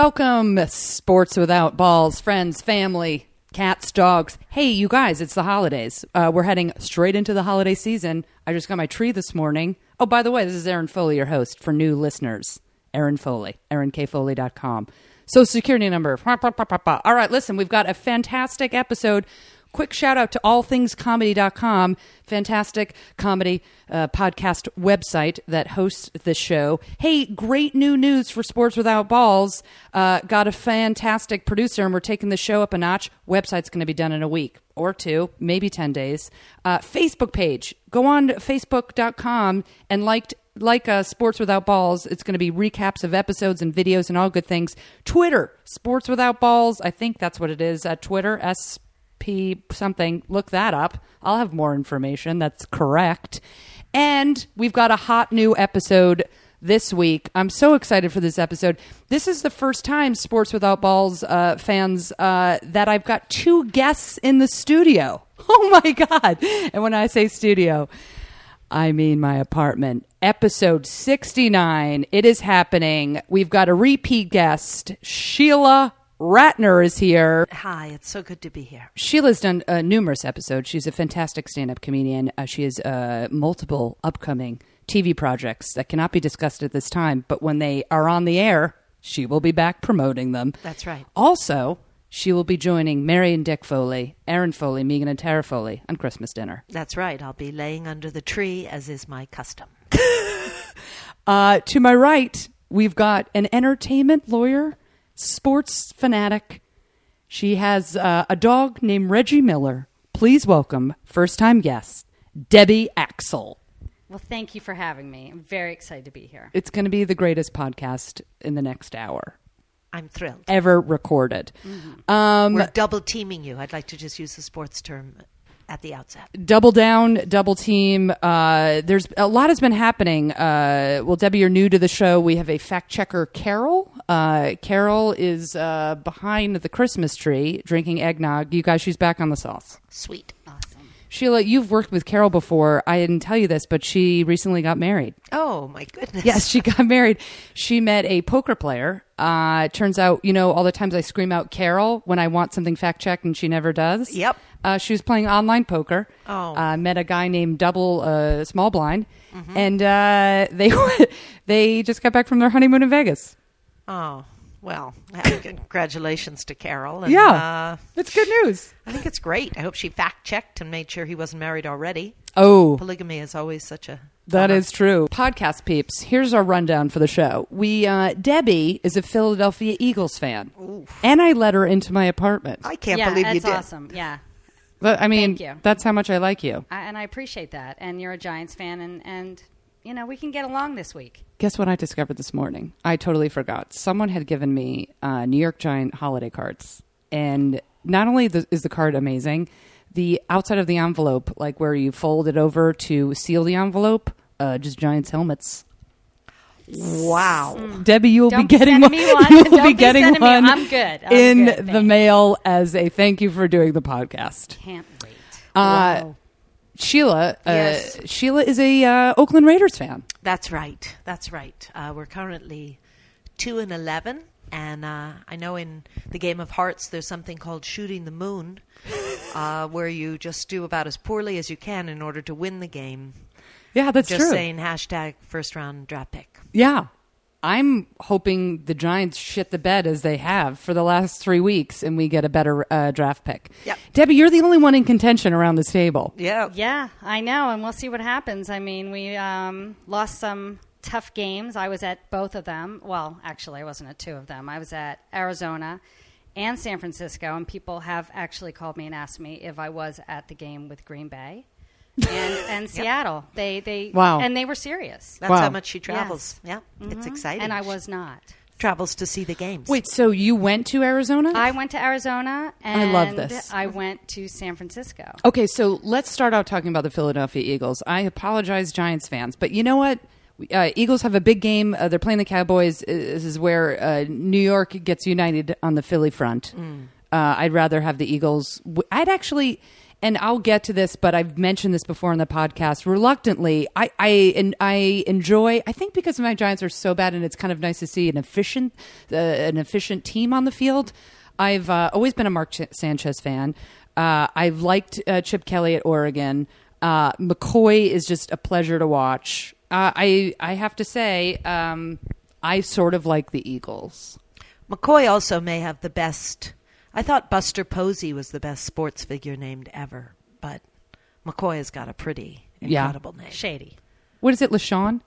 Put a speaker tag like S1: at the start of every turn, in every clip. S1: Welcome, sports without balls, friends, family, cats, dogs. Hey, you guys, it's the holidays. Uh, we're heading straight into the holiday season. I just got my tree this morning. Oh, by the way, this is Aaron Foley, your host for new listeners. Aaron Foley, E aaronkfoley.com. Social security number. Bah, bah, bah, bah, bah. All right, listen, we've got a fantastic episode. Quick shout out to allthingscomedy.com, fantastic comedy uh, podcast website that hosts the show. Hey, great new news for Sports Without Balls. Uh, got a fantastic producer, and we're taking the show up a notch. Website's going to be done in a week or two, maybe 10 days. Uh, Facebook page, go on to facebook.com and liked like uh, Sports Without Balls, it's going to be recaps of episodes and videos and all good things. Twitter, Sports Without Balls, I think that's what it is. At Twitter, S P something. Look that up. I'll have more information. That's correct. And we've got a hot new episode this week. I'm so excited for this episode. This is the first time Sports Without Balls uh, fans uh, that I've got two guests in the studio. Oh my God. And when I say studio, I mean my apartment. Episode 69. It is happening. We've got a repeat guest. Sheila Ratner is here.
S2: Hi, it's so good to be here.
S1: Sheila's done uh, numerous episodes. She's a fantastic stand up comedian. Uh, she has uh, multiple upcoming TV projects that cannot be discussed at this time, but when they are on the air, she will be back promoting them.
S2: That's right.
S1: Also, she will be joining Mary and Dick Foley, Aaron Foley, Megan and Tara Foley on Christmas dinner.
S2: That's right. I'll be laying under the tree, as is my custom.
S1: Uh, to my right, we've got an entertainment lawyer, sports fanatic. She has uh, a dog named Reggie Miller. Please welcome first time guest, Debbie Axel.
S3: Well, thank you for having me. I'm very excited to be here.
S1: It's going to be the greatest podcast in the next hour
S2: I'm thrilled.
S1: ever recorded. Um,
S2: We're double teaming you. I'd like to just use the sports term at the outset.
S1: double down, double team. Uh, there's a lot has been happening. Uh, well, Debbie, you're new to the show. We have a fact checker, Carol. Uh, Carol is uh, behind the Christmas tree drinking eggnog. You guys, she's back on the sauce.
S2: Sweet.
S3: Awesome.
S1: Sheila, you've worked with Carol before. I didn't tell you this, but she recently got married.
S2: Oh, my goodness.
S1: Yes, she got married. She met a poker player. Uh, it turns out, you know, all the times I scream out Carol when I want something fact checked and she never does.
S2: Yep.
S1: Uh, she was playing online poker.
S2: Oh.
S1: Uh, met a guy named Double uh, Small Blind,
S2: Mm-hmm.
S1: and uh, they they just got back from their honeymoon in Vegas.
S2: Oh, well, congratulations to Carol. And,
S1: Yeah,
S2: Uh,
S1: it's good news.
S2: I think it's great. I hope she fact checked and made sure he wasn't married already.
S1: Oh,
S2: Polygamy is always such a.
S1: That is true. Podcast peeps, here's our rundown for the show. We uh, Debbie is a Philadelphia Eagles fan, and I let her into my apartment.
S2: I can't
S3: yeah,
S2: believe
S3: that's
S2: you did.
S3: awesome. Yeah,
S1: But, I mean,
S3: Thank you.
S1: that's how much I like you.
S3: I, and I appreciate that. And you're a Giants fan, and and you know we can get along this week.
S1: Guess what I discovered this morning? I totally forgot. Someone had given me uh, New York Giant holiday cards, and not only the, is the card amazing, the outside of the envelope, like where you fold it over to seal the envelope, uh, just Giants helmets.
S3: Mm-hmm.
S2: Wow.
S1: Debbie, you will
S3: Mm. Don't
S1: be getting
S3: send
S1: one.
S3: me one.
S1: You will
S3: Don't
S1: be
S3: be
S1: getting
S3: sending me-
S1: one.
S3: I'm good. I'm
S1: in
S3: good,
S1: the
S3: thanks.
S1: mail as a thank you for doing the podcast.
S3: Can't wait.
S1: Uh, Sheila, uh,
S2: Yes.
S1: Sheila is a uh, Oakland Raiders fan.
S2: That's right. That's right. Uh, we're currently two and eleven, and uh, I know in the game of hearts there's something called shooting the moon, uh, where you just do about as poorly as you can in order to win the game.
S1: Yeah, that's
S2: Just
S1: true.
S2: saying, hashtag first round draft pick.
S1: Yeah. I'm hoping the Giants shit the bed as they have for the last three weeks and we get a better uh, draft pick.
S2: Yep.
S1: Debbie, you're the only one in contention around this table.
S2: Yeah.
S3: Yeah, I know, and we'll see what happens. I mean, we um, lost some tough games. I was at both of them. Well, actually, I wasn't at two of them. I was at Arizona and San Francisco, and people have actually called me and asked me if I was at the game with Green Bay and, and Seattle. They they
S1: Wow.
S3: and they were serious,
S2: That's
S1: Wow.
S2: how much she travels. Yeah, it's exciting.
S3: and I was not.
S2: travels to see the games.
S1: Wait, so you went to Arizona?
S3: I went to Arizona and
S1: I love this.
S3: I went to San Francisco.
S1: Okay, so let's start out talking about the Philadelphia Eagles. I apologize, Giants fans, but you know what? Uh, Eagles have a big game. Uh, they're playing the Cowboys. Uh, This is where uh, New York gets united on the Philly front. Uh, I'd rather have the Eagles. w- I'd actually, and I'll get to this, but I've mentioned this before in the podcast. Reluctantly, I I and I enjoy. I think because my Giants are so bad, and it's kind of nice to see an efficient uh, an efficient team on the field. I've uh, always been a Mark Ch- Sanchez fan. Uh, I've liked uh, Chip Kelly at Oregon. Uh, McCoy is just a pleasure to watch. Uh, I I have to say, um, I sort of like the Eagles.
S2: McCoy also may have the best. I thought Buster Posey was the best sports figure named ever, but McCoy has got a pretty
S1: Yeah.
S2: incredible name.
S3: Shady.
S1: What is it, Lashawn?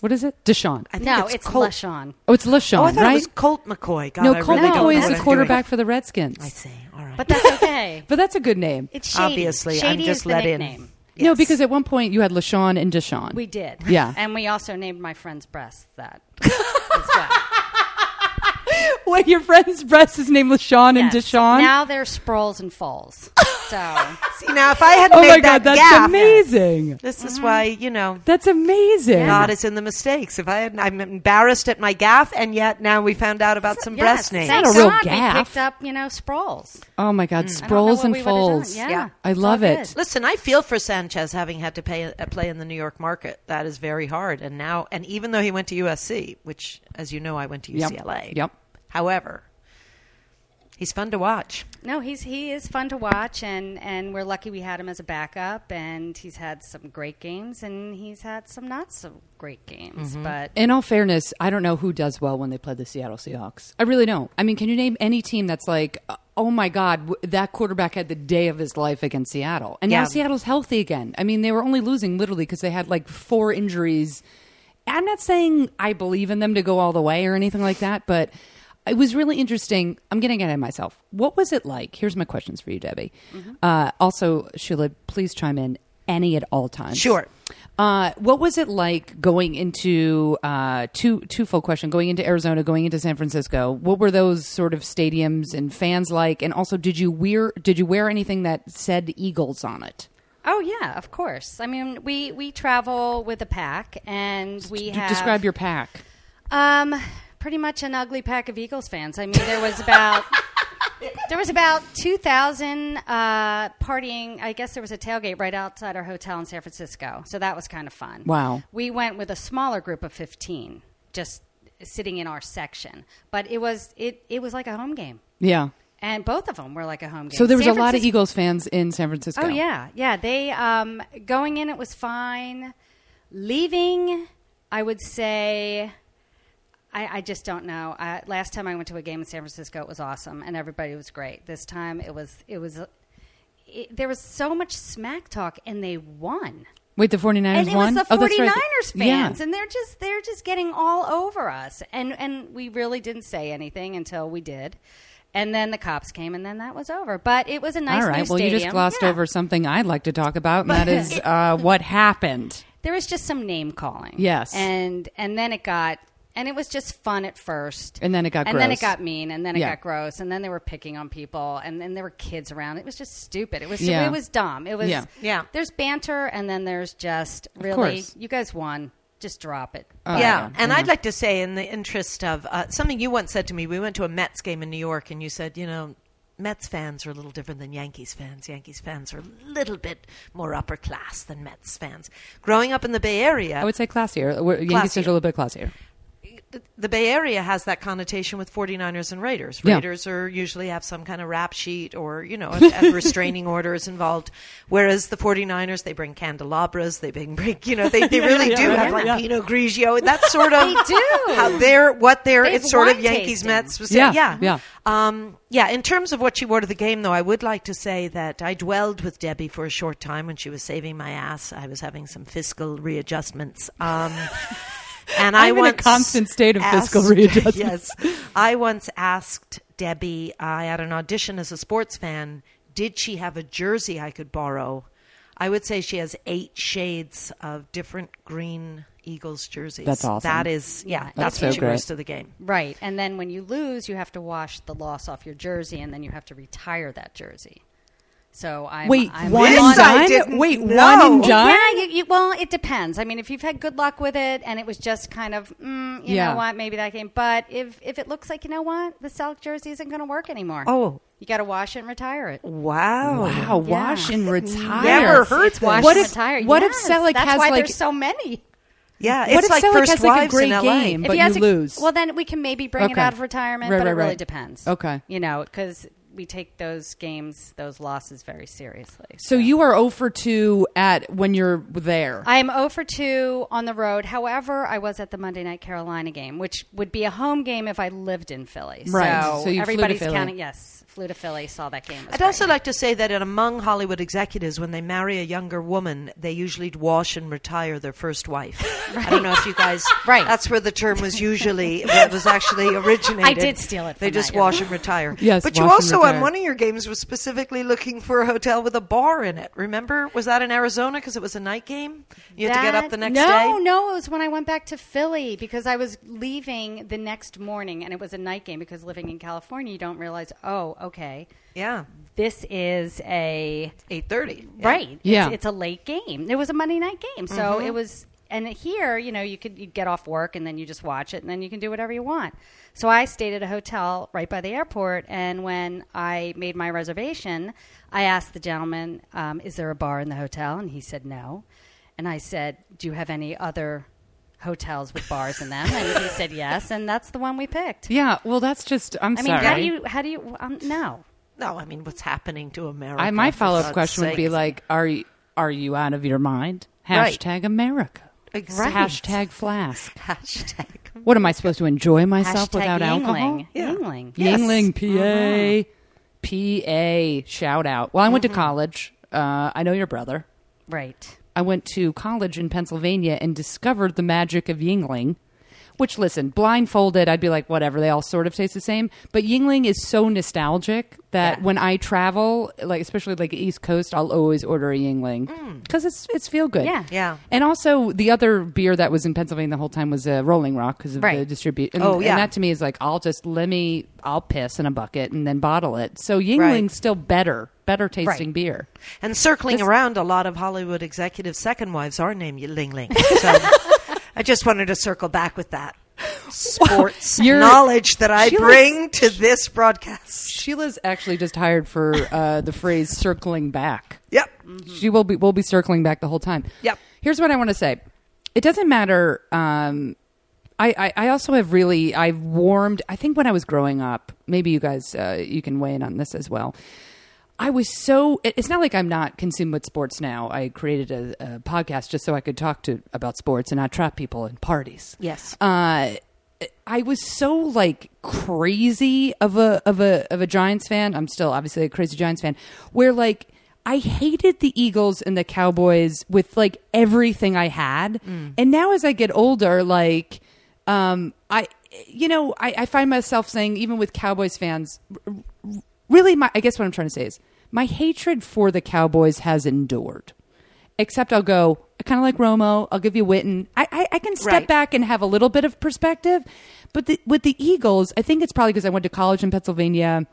S1: What is it, Deshaun?
S2: I think
S3: No,
S2: it's,
S3: it's,
S2: Colt.
S3: LaShawn.
S1: Oh, it's Lashawn,
S2: Oh, I thought
S1: right?
S2: it was Colt McCoy. God,
S1: no,
S2: I
S1: Colt
S2: really don't know
S1: McCoy
S2: what
S1: is the
S2: I'm
S1: quarterback
S2: doing.
S1: for the Redskins.
S2: I see. All right.
S3: But that's okay.
S1: But that's a good name.
S3: It's shady.
S2: Obviously, I'm
S3: shady
S2: just
S3: is the
S2: let in.
S3: nickname.
S1: No,
S2: Yes.
S1: because at one point you had Lashawn and Deshaun.
S3: We did.
S1: Yeah.
S3: And we also named my friend's breast that. as well.
S1: Wait, your friend's breast is named Lashawn and
S3: Yes.
S1: Deshaun.
S3: Now they're Sproles and Falls. So
S2: See, now if I had
S1: oh
S2: made
S1: my god,
S2: that
S1: that's
S2: gaffe,
S1: amazing.
S2: This is
S3: Mm-hmm.
S2: why you know
S1: That's amazing.
S2: God is in the mistakes. If I had, I'm embarrassed at my gaff, and yet now we found out about some breast names.
S3: Thank
S1: Not a real
S3: God
S1: gaff.
S3: we picked up, you know, Sproles.
S1: Oh my god,
S3: I don't Mm. know
S1: Sproles
S3: what
S1: and
S3: we would've done.
S1: Foles.
S3: Yeah.
S2: Yeah.
S1: I
S3: it's
S1: love
S3: all
S1: it.
S3: good.
S2: Listen, I feel for Sanchez having had to pay, uh, play in the New York market. That is very hard. And now, and even though he went to USC, which, as you know, I went to
S1: Yep.
S2: UCLA.
S1: Yep.
S2: However, he's fun to watch.
S3: No, he's he is fun to watch, and and we're lucky we had him as a backup, and he's had some great games, and he's had some not so great games, but.
S1: In all fairness, I don't know who does well when they play the Seattle Seahawks. I really don't. I mean, can you name any team that's like, uh, oh my God, w- that quarterback had the day of his life against Seattle? And
S2: Yeah.
S1: now Seattle's healthy again. I mean, they were only losing literally because they had like four injuries. I'm not saying I believe in them to go all the way or anything like that, but it was really interesting. I'm getting ahead of myself. What was it like? Here's my questions for you, Debbie. Uh, also, Sheila, please chime in any at all times.
S2: Sure.
S1: Uh, what was it like going into uh, two twofold question? Going into Arizona, going into San Francisco. What were those sort of stadiums and fans like? And also, did you wear did you wear anything that said Eagles on it?
S3: Oh yeah, of course. I mean, we we travel with a pack, and
S1: D-
S3: we have
S1: Describe your pack.
S3: um, pretty much an ugly pack of Eagles fans. I mean, there was about there was about two thousand uh, partying. I guess there was a tailgate right outside our hotel in San Francisco, so that was kind of fun.
S1: Wow.
S3: We went with a smaller group of fifteen, just sitting in our section, but it was it it was like a home game,
S1: Yeah.
S3: and both of them were like a home game.
S1: So there was
S3: San
S1: a lot of
S3: Francisco-
S1: Eagles fans in San Francisco.
S3: Oh yeah, yeah. They um, going in, it was fine. Leaving, I would say, I, I just don't know. I, last time I went to a game in San Francisco, it was awesome, and everybody was great. This time, it was it was. It, there was so much smack talk, and they won.
S1: Wait, the 49ers
S3: And it
S1: won.
S3: was the
S1: Oh, that's
S3: 49ers
S1: right.
S3: fans,
S1: Yeah.
S3: and they're just they're just getting all over us, and and we really didn't say anything until we did, and then the cops came, and then that was over. But it was a nice.
S1: All right.
S3: new
S1: Well, you just
S3: stadium.
S1: glossed
S3: Yeah.
S1: over something I'd like to talk about, and that is uh, what happened.
S3: there was just some name calling.
S1: Yes.
S3: And and then it got and it was just fun at first.
S1: And then it got
S3: And then it
S1: gross.
S3: got mean and then it
S1: Yeah.
S3: got gross and then they were picking on people and then there were kids around. It was just stupid. It was
S1: Yeah.
S3: it was dumb. It was
S1: Yeah.
S2: Yeah.
S3: There's banter and then there's just really
S1: course. Uh,
S3: you guys won. Just drop it.
S2: yeah.
S1: yeah,
S2: And I'd like to say, in the interest of uh, something you once said to me, we went to a Mets game in New York, and you said, you know, Mets fans are a little different than Yankees fans. Yankees fans are a little bit more upper class than Mets fans. Growing up in the Bay Area,
S1: I would say classier. We're- Yankees fans are a little bit classier.
S2: the Bay Area has that connotation with 49ers and Raiders.
S1: Yeah.
S2: Raiders are usually have some kind of rap sheet or, you know, a, a restraining order is involved. Whereas the 49ers, they bring candelabras, they bring, bring you know, they, they really
S1: yeah,
S2: do
S1: yeah,
S2: have like
S1: yeah.
S2: Pinot Grigio. That's sort of
S3: They do.
S2: how they're, what they're,
S3: They've
S2: it's sort of
S3: wine
S2: Yankees
S3: tasting.
S2: Mets. Was
S1: Yeah,
S2: yeah.
S1: yeah.
S2: Um, yeah, in terms of what she wore to the game, though, I would like to say that I dwelled with Debbie for a short time when she was saving my ass. I was having some fiscal readjustments. Um, and I
S1: I'm in a
S2: once
S1: constant state of fiscal
S2: asked-
S1: readjustments.
S2: Yes. I once asked Debbie I at an audition as a sports fan, did she have a jersey I could borrow? I would say she has eight shades of different green Eagles jerseys.
S1: That's awesome.
S2: That is, yeah, that's,
S1: That's
S2: what
S1: so
S2: she wears
S1: great.
S2: to the game.
S3: Right. And then when you lose, you have to wash the loss off your jersey and then you have to retire that jersey. So I'm
S1: Wait,
S3: I'm
S1: one
S2: This
S1: and
S3: on-
S2: I
S1: done?
S2: didn't
S1: Wait,
S2: know.
S1: one and
S2: Well,
S1: done?
S3: Yeah, you, you, well, it depends. I mean, if you've had good luck with it and it was just kind of, mm, you
S1: Yeah.
S3: know what, maybe that game. But if if it looks like you know what, the Celtic jersey isn't going to work anymore.
S2: Oh,
S3: You got to wash it and retire it.
S2: Wow.
S1: Wow, wash and retire.
S2: Never heard
S3: It's wash
S1: What
S3: and
S1: if-
S3: retire.
S1: what if
S3: yes,
S1: Selleck
S3: that's
S1: has,
S3: why
S1: like-
S3: there's so many?
S2: Yeah,
S1: What
S2: it's
S1: if
S2: like
S1: Selleck
S2: first
S1: has, like, a
S2: wives
S1: great
S2: in LA.
S1: game? But
S3: he has
S1: you
S3: a-
S1: lose.
S3: Well, then we can maybe bring it
S1: Okay.
S3: out of retirement,
S1: Right,
S3: but it
S1: right,
S3: really
S1: right.
S3: depends.
S1: Okay.
S3: You know, because we take those games, those losses very seriously.
S1: So you are 0 for 2 at when you're there.
S3: I am 0 for 2 on the road. However, I was at the Monday Night Carolina game, which would be a home game if I lived in Philly.
S1: Right.
S3: So,
S1: So you flew to
S3: everybody's
S1: Philly.
S3: counting. Yes. Flew to Philly, saw that game. It was
S2: I'd
S3: great.
S2: also like to say that among Hollywood executives, when they marry a younger woman, they usually wash and retire their first wife. I don't know if you guys.
S3: Right.
S2: That's where the term was usually that was actually originated.
S3: did steal it
S2: They
S3: from
S2: just
S3: that, yeah.
S2: wash and retire.
S1: Yes,
S2: But you
S1: wash and
S2: also on
S1: retire.
S2: one of your games were specifically looking for a hotel with a bar in it. Remember? Was that in Arizona because it was a night game? You had to get
S3: That-
S2: up the next
S3: no,
S2: day.
S3: No, it was when I went back to Philly because I was leaving the next morning and it was a night game because living in California, you don't realize, oh, okay,
S2: Yeah,
S3: this is a.
S2: eight thirty.
S3: Right.
S1: Yeah. Mm-hmm.
S3: It's, it's a late game. It was a Monday night game. So it was, and here, you know, you could you get off work and then you just watch it and then you can do whatever you want. So I stayed at a hotel right by the airport. And when I made my reservation, I asked the gentleman, um, is there a bar in the hotel? And he said no. And I said, do you have any other hotels with bars in them? And he said yes. And that's the one we picked.
S1: yeah, well that's just I'm
S3: I mean,
S1: sorry.
S3: how do you, how do you, um, no.
S2: No, I mean, what's happening to America?
S1: I, my
S2: for
S1: follow up
S2: God's
S1: question would be
S2: sake.
S1: like, are you, are you out of your mind?
S2: Right.
S1: Hashtag America.
S2: Exactly.
S1: Hashtag flask.
S2: hashtag
S1: What am I supposed to enjoy myself
S3: Hashtag
S1: without alcohol?
S3: Yingling.
S2: Yeah.
S3: Yingling.
S2: Yes.
S1: Yingling, PA, PA, shout out. Well, I went to college. Uh, I know your brother.
S3: Right.
S1: I went to college in Pennsylvania and discovered the magic of Yingling. Which, listen, blindfolded, I'd be like, whatever, they all sort of taste the same. But Yingling is so nostalgic that when I travel, like especially like East Coast, I'll always order a Yingling because it's it's feel good.
S3: Yeah.
S2: Yeah.
S1: And also the other beer that was in Pennsylvania the whole time was uh, Rolling Rock because of the
S3: Right.
S1: distribute. And,
S2: Oh, yeah.
S1: And that to me is like, I'll just let me, I'll piss in a bucket and then bottle it. So Yingling's still better, better tasting
S3: Right.
S1: beer.
S2: And circling around, a lot of Hollywood executive second wives are named Ling Ling. So I just wanted to circle back with that sports
S1: you're-
S2: knowledge that I
S1: she was-
S2: bring to this broadcast.
S1: Sheila's actually just hired for uh, the phrase circling back.
S2: Yep.
S1: She will be will be circling back the whole time.
S2: Yep.
S1: Here's what I want to say. It doesn't matter. Um, I, I I also have really I've warmed. I think when I was growing up, maybe you guys uh, you can weigh in on this as well. I was so. it- It's not like I'm not consumed with sports now. I created a, a podcast just so I could talk to about sports and not trap people in parties
S2: Yes.
S1: uh, I was so like crazy of a of a of a Giants fan. I'm still obviously a crazy Giants fan. Where like I hated the Eagles and the Cowboys with like everything I had, and now as I get older, like um, I you know I, I find myself saying even with Cowboys fans, r- r- really my I guess what I'm trying to say is my hatred for the Cowboys has endured. Except I'll go. I kind of like Romo. I'll give you Witten. I I, I can step
S2: Right.
S1: back back and have a little bit of perspective. But the, with the Eagles, I think it's probably because I went to college in Pennsylvania.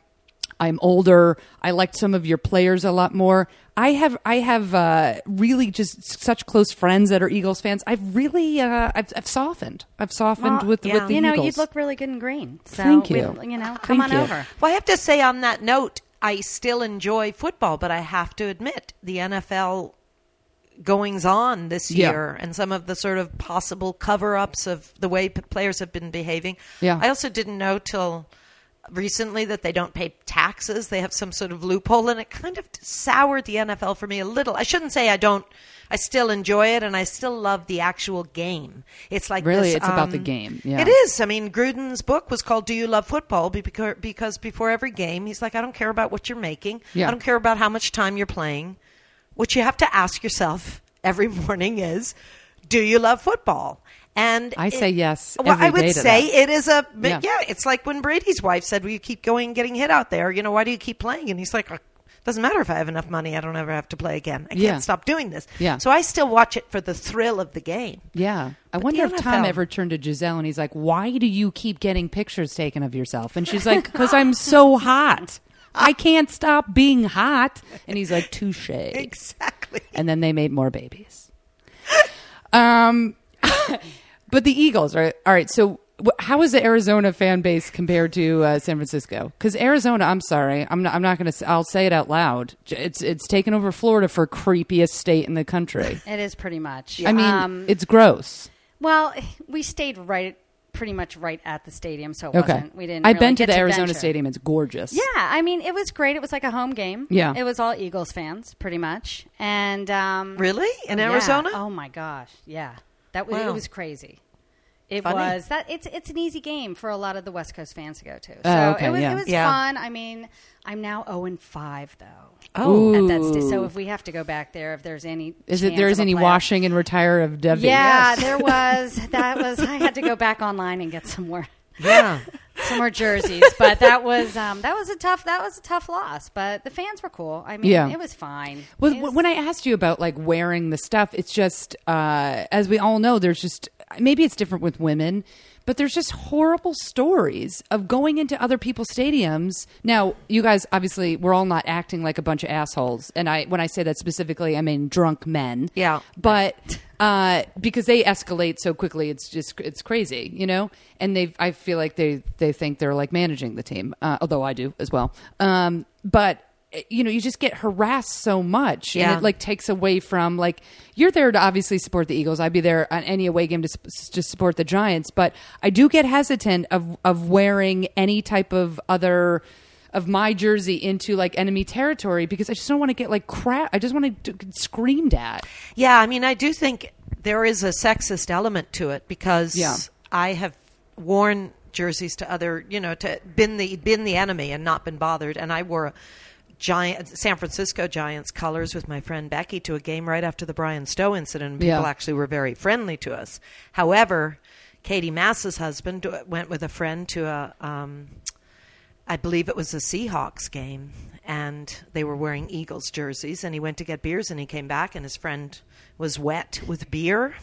S1: I'm older. I liked some of your players a lot more. I have I have uh, really just such close friends that are Eagles fans. I've really uh, I've, I've softened. I've softened
S3: Well,
S1: with,
S2: yeah.
S1: with the
S3: Uh, you know,
S1: Eagles.
S3: you'd look really good in green. So
S1: Thank
S3: we-
S1: you.
S3: you know, come
S1: Thank
S3: on
S1: you.
S3: over.
S2: Well, I have to say on that note, I still enjoy football, but I have to admit the NFL goings on this
S1: Yeah.
S2: year and some of the sort of possible cover ups of the way p- players have been behaving.
S1: Yeah.
S2: I also didn't know till recently that they don't pay taxes. They have some sort of loophole and it kind of soured the NFL for me a little. I shouldn't say I don't I still enjoy it and I still love the actual game. It's like
S1: Really,
S2: this,
S1: it's about the
S2: um,
S1: game. Yeah.
S2: It is is. I mean, Gruden's book was called "Do You Love Football?" Because, because before every game, he's like, "I don't care about what you're making.
S1: Yeah.
S2: I don't care about how much time you're playing. What you have to ask yourself every morning is, do you love football?" And
S1: I say yes
S2: Well,
S1: every
S2: I would
S1: day to
S2: say
S1: that.
S2: it is a but
S1: Yeah.
S2: yeah. It's like when Brady's wife said, "Well, you keep going, and getting hit out there. You know, why do you keep playing?" And he's like. "It Doesn't matter if I have enough money. I don't ever have to play again. I can't
S1: Yeah.
S2: stop doing this.
S1: Yeah.
S2: So I still watch it for the thrill of the game.
S1: Yeah. I
S2: But
S1: wonder
S2: the
S1: if Tom
S2: NFL.
S1: ever turned to Giselle and he's like, Why do you keep getting pictures taken of yourself? And she's like, Because I'm so hot. I can't stop being hot. And he's like, Touche.
S2: Exactly.
S1: And then they made more babies. Um, but the Eagles, right? All right. So Wh- How is the Arizona fan base compared to uh, San Francisco? Because Arizona, I'm sorry, I'm not. I'm not going to. I'll say it out loud. J- It's it's taken over Florida for creepiest state in the country.
S3: It is pretty much.
S1: I mean,
S3: Um,
S1: it's gross.
S3: well, we stayed right, pretty much right at the stadium, so it
S1: Okay,
S3: wasn't. We didn't.
S1: I've been
S3: really
S1: to
S3: get
S1: the Arizona
S3: venture.
S1: Stadium. It's gorgeous.
S3: Yeah, I mean, it was great. It was like a home game.
S1: Yeah.
S3: it was all Eagles fans, pretty much, and um,
S2: Really? In
S3: yeah.
S2: Arizona?
S3: Oh my gosh, yeah, that was
S2: Wow.
S3: it was crazy. It
S2: Funny.
S3: was that it's it's an easy game for a lot of the West Coast fans to go to. So
S1: Oh, okay,
S3: it was
S1: yeah.
S3: it was
S2: Yeah.
S3: fun. I mean, I'm now zero and five though.
S2: Oh.
S3: At that sta- so
S1: Ooh.
S3: if we have to go back there, if there's any,
S1: Is it
S3: chance
S1: there is
S3: of a
S1: any
S3: playoff-
S1: washing and retire of Debbie?
S3: Yeah,
S2: Yes.
S3: there was. That was. I had to go back online and get some more
S2: Yeah.
S3: some more jerseys. But that was um, that was a tough that was a tough loss. But the fans were cool. I mean,
S1: Yeah.
S3: it was fine.
S1: Well,
S3: It was-
S1: when I asked you about like wearing the stuff, it's just uh, as we all know, there's just maybe it's different with women, but there's just horrible stories of going into other people's stadiums. Now, you guys obviously we're all not acting like a bunch of assholes, and I when I say that specifically, I mean drunk men.
S2: Yeah.
S1: but uh, because they escalate so quickly, it's just it's crazy, you know. And they, I feel like they they think they're like managing the team, uh, although I do as well. Um, but eh, you know, you just get harassed so much,
S2: Yeah.
S1: and it like takes away from like you're there to obviously support the Eagles. I'd be there on any away game to s- to support the Giants, but I do get hesitant of of wearing any type of other of my jersey into like enemy territory because I just don't want to get like crap. I just want to get screamed at.
S2: Yeah, I mean, I do think there is a sexist element to it because
S1: Yeah.
S2: I have worn jerseys to other, you know, to been the been the enemy and not been bothered, and I wore a giant San Francisco Giants colors with my friend Becky to a game right after the Brian Stowe incident. And people
S1: Yeah.
S2: actually were very friendly to us. However, Katie Mass's husband went with a friend to a. Um, I believe it was a Seahawks game, and they were wearing Eagles jerseys. And he went to get beers, and he came back, and his friend was wet with beer.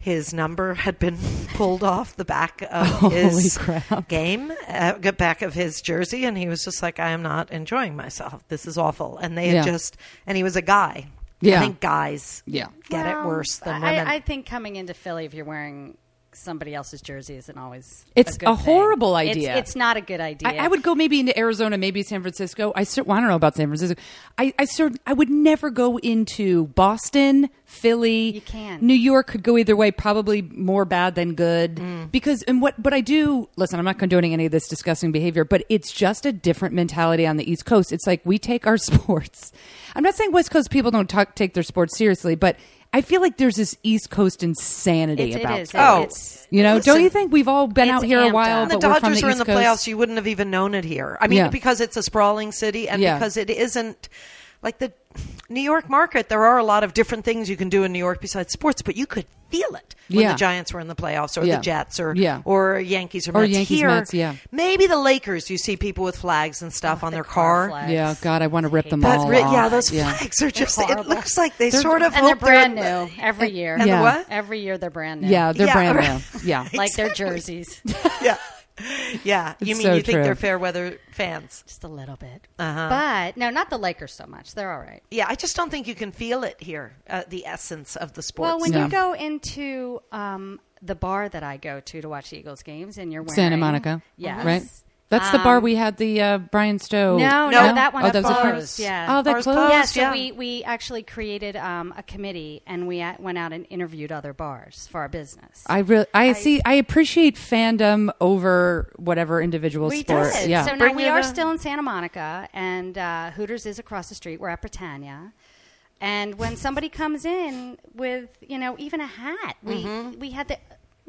S2: His number had been pulled off the back of his
S1: crap.
S2: game, uh, the back of his jersey, and he was just like, "I am not enjoying myself. This is awful." And they had
S1: Yeah.
S2: just, and he was a guy.
S1: Yeah.
S2: I think guys,
S1: Yeah.
S2: get it
S3: Well,
S2: worse than
S3: I-
S2: women.
S3: I, think coming into Philly if you're wearing somebody else's jersey isn't always.
S1: It's
S3: a, good
S1: a horrible
S3: thing. It's-
S1: idea.
S3: It's, not a good idea.
S1: I, I would go maybe into Arizona, maybe San Francisco. I, cer- well, I don't know about San Francisco. I I, cer- I would never go into Boston, Philly.
S3: You can't.
S1: New York could go either way. Probably more bad than good
S3: Mm.
S1: because and what but I do listen. I'm not condoning any of this disgusting behavior, but it's just a different mentality on the East Coast. It's like we take our sports. I'm not saying West Coast people don't talk, take their sports seriously, but I feel like there's this East Coast insanity
S3: It's- it
S1: about
S3: is.
S1: stuff.
S2: Oh.
S3: It's-
S1: You know, don't
S2: Listen,
S1: you think we've all been
S3: it's
S1: out here a
S3: amped
S1: while?
S3: up.
S1: But
S2: the
S1: we're from
S2: Dodgers
S1: the
S2: were in
S1: East
S2: the
S1: Coast?
S2: playoffs, you wouldn't have even known it here. I mean,
S1: Yeah.
S2: because it's a sprawling city and
S1: Yeah.
S2: because it isn't like the New York market, there are a lot of different things you can do in New York besides sports, but you could feel it when
S1: Yeah.
S2: the Giants were in the playoffs or
S1: Yeah.
S2: the Jets or
S1: Yeah.
S2: or Yankees or,
S1: Or
S2: Mets
S1: Yankees,
S2: here.
S1: Mets, yeah.
S2: Maybe the Lakers, you see people with flags and stuff on
S3: Oh, the
S2: their
S3: car
S2: car.
S3: flag.
S1: Yeah, God, I want to rip them
S2: But
S1: all
S2: re-
S1: off.
S2: yeah, those
S1: Yeah.
S2: flags are just,
S3: horrible.
S2: it looks like they sort of
S3: and they're
S2: hope
S3: brand
S2: they're-
S3: new every year.
S2: And
S1: Yeah.
S2: the what?
S3: Every year they're brand new.
S1: Yeah, they're
S2: Yeah,
S1: brand
S2: right.
S1: new. Yeah.
S3: like their
S2: Exactly.
S3: jerseys,
S2: Yeah. Yeah. You
S1: It's
S2: mean
S1: so
S2: you think
S1: true.
S2: they're fair weather fans?
S3: just a little bit.
S2: Uh-huh.
S3: But no, not the Lakers so much. They're all right.
S2: Yeah, I just don't think you can feel it here, uh, the essence of the sports.
S3: Well, when
S1: No.
S3: you go into um, the bar that I go to to watch the Eagles games, and you're wearing
S1: Santa Monica.
S3: yes, Um,
S1: Right? That's the bar we had the uh, Brian Stowe.
S3: No,
S2: No.
S3: no, that one
S1: Oh,
S3: up
S1: that was
S2: closed.
S1: closed.
S3: Yeah.
S1: Oh, that
S2: Bar's
S1: closed.
S2: closed.
S3: Yeah,
S2: Yes.
S3: so
S2: yeah.
S3: we we actually created um, a committee, and we at, went out and interviewed other bars for our business.
S1: I really, I, see. I appreciate fandom over whatever individual
S3: we
S1: sport.
S3: did.
S1: Yeah,
S3: So now
S2: Bring uh,
S3: we
S2: it
S3: are
S2: up.
S3: still in Santa Monica, and uh, Hooters is across the street. We're at Britannia. And when somebody comes in with, you know, even a hat, we
S2: Mm-hmm.
S3: we had the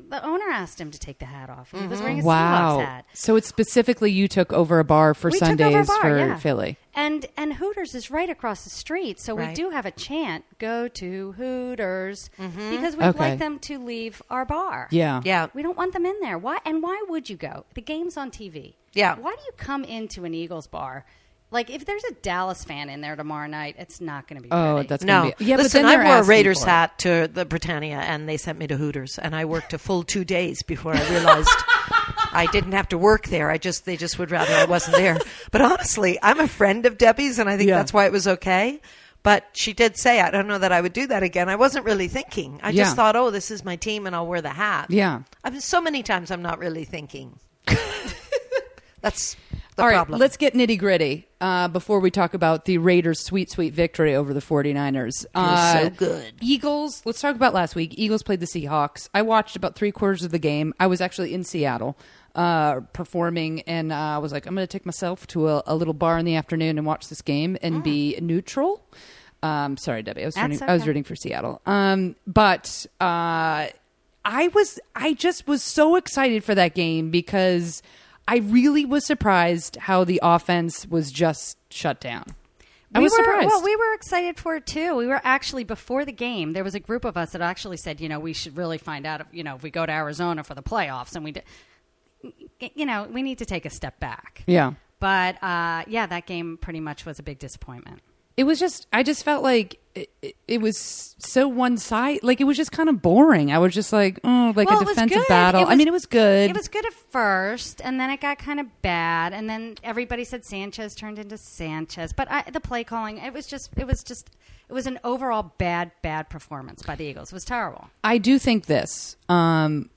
S3: the owner asked him to take the hat off. He was wearing a Seahawks
S1: wow.
S3: hat.
S1: So it's specifically you took over a bar for
S3: We took
S1: Sundays
S3: over a bar,
S1: for
S3: yeah.
S1: Philly.
S3: And and Hooters is right across the street, so we
S2: Right.
S3: do have a chant: "Go to Hooters,"
S2: Mm-hmm.
S3: because we'd
S1: Okay.
S3: like them to leave our bar.
S1: Yeah.
S2: yeah,
S3: we don't want them in there. Why? And why would you go? The game's on TV.
S2: Yeah.
S3: Why do you come into an Eagles bar? Like if there's a Dallas fan in there tomorrow night, it's not going to be.
S1: Oh,
S3: pretty.
S1: that's
S2: no.
S1: Gonna be, yeah,
S2: Listen,
S1: but then
S2: I
S1: they're
S2: wore a
S1: asking
S2: Raiders
S1: for it.
S2: hat to the Britannia, and they sent me to Hooters, and I worked a full two days before I realized I didn't have to work there. I just they just would rather I wasn't there. But honestly, I'm a friend of Debbie's, and I think
S1: Yeah.
S2: that's why it was okay. But she did say, I don't know that I would do that again. I wasn't really thinking. I
S1: Yeah.
S2: just thought, oh, this is my team and I'll wear the hat.
S1: Yeah.
S2: I mean, so many times I'm not really thinking. That's the
S1: All right,
S2: problem.
S1: let's get nitty gritty uh, before we talk about the Raiders' sweet, sweet victory over the 49ers. Uh,
S2: so good.
S1: Eagles, let's talk about last week. Eagles played the Seahawks. I watched about three quarters of the game. I was actually in Seattle uh, performing, and uh, I was like, I'm going to take myself to a, a little bar in the afternoon and watch this game and be neutral. Um, sorry, Debbie. I was,
S3: Mm. That's
S1: rooting, I was
S3: okay.
S1: rooting for Seattle. Um, but. Uh, I was I just was so excited for that game because I really was surprised how the offense was just shut down. I
S3: we
S1: was
S3: were,
S1: surprised.
S3: Well, we were excited for it too. We were actually before the game. There was a group of us that actually said, you know, we should really find out, if, you know, if we go to Arizona for the playoffs, and we did, you know, we need to take a step back.
S1: yeah.
S3: But uh, yeah, that game pretty much was a big disappointment.
S1: It was just I just felt like it, it, it was so one side like it was just kind of boring. I was just like, oh, like
S3: Well,
S1: a
S3: it was
S1: defensive
S3: good.
S1: battle.
S3: It
S1: I
S3: was-
S1: mean, it was good.
S3: It was good at first, and then it got kind of bad, and then everybody said Sanchez turned into Sanchez. But I, the play calling, it was just, it was just, it was an overall bad, bad performance by the Eagles. It was terrible.
S1: I do think this. Um,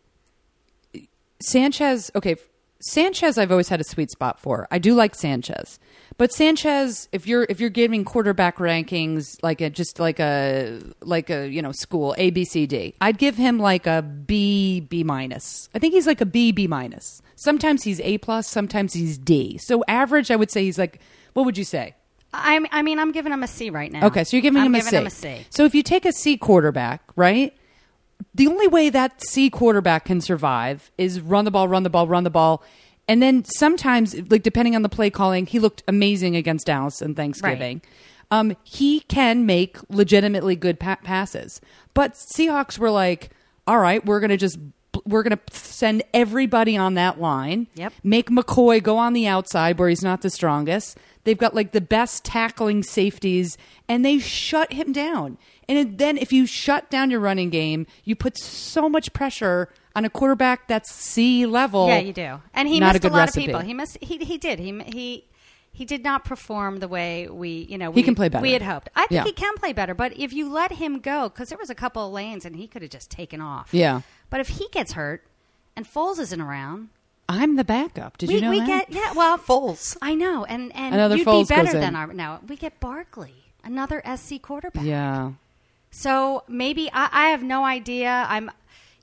S1: Sanchez, okay, Sanchez, I've always had a sweet spot for. I do like Sanchez, but Sanchez, if you're if you're giving quarterback rankings like a just like a like a you know school A B C D, I'd give him like a B B minus. I think he's like a B B minus. Sometimes he's A plus, sometimes he's D. So average, I would say he's like. What would you say?
S3: I, I mean, I'm giving him a C right now.
S1: Okay, so you're giving him
S3: I'm
S1: a
S3: giving
S1: C.
S3: him a C.
S1: So if you take a C quarterback, right? The only way that C quarterback can survive is run the ball, run the ball, run the ball. And then sometimes, like depending on the play calling, he looked amazing against Dallas and Thanksgiving. Um, he can make legitimately good pa- passes. But Seahawks were like, all right, we're going to just, we're going to send everybody on that line
S3: Yep.
S1: make McCoy go on the outside where he's not the strongest. They've got like the best tackling safeties, and they shut him down. And it- then if you shut down your running game, you put so much pressure on a quarterback that's C level.
S3: Yeah, you do. And he
S1: Not
S3: missed
S1: a
S3: a,
S1: good
S3: lot
S1: recipe.
S3: of people. He missed. He he did. He he he did not perform the way we you know we,
S1: He can play better.
S3: We had hoped. I think
S1: Yeah.
S3: he can play better, but if you let him go, because there was a couple of lanes and he could have just taken off.
S1: Yeah.
S3: But if he gets hurt and Foles isn't around,
S1: I'm the backup. Did
S3: we,
S1: you know
S3: we
S1: that?
S3: get yeah. Well,
S2: Foles.
S3: I know, and and
S1: Another
S3: you'd
S1: Foles
S3: be better
S1: goes in.
S3: than our no. We get Barkley, another SC quarterback.
S1: yeah.
S3: So maybe I, I have no idea. I'm,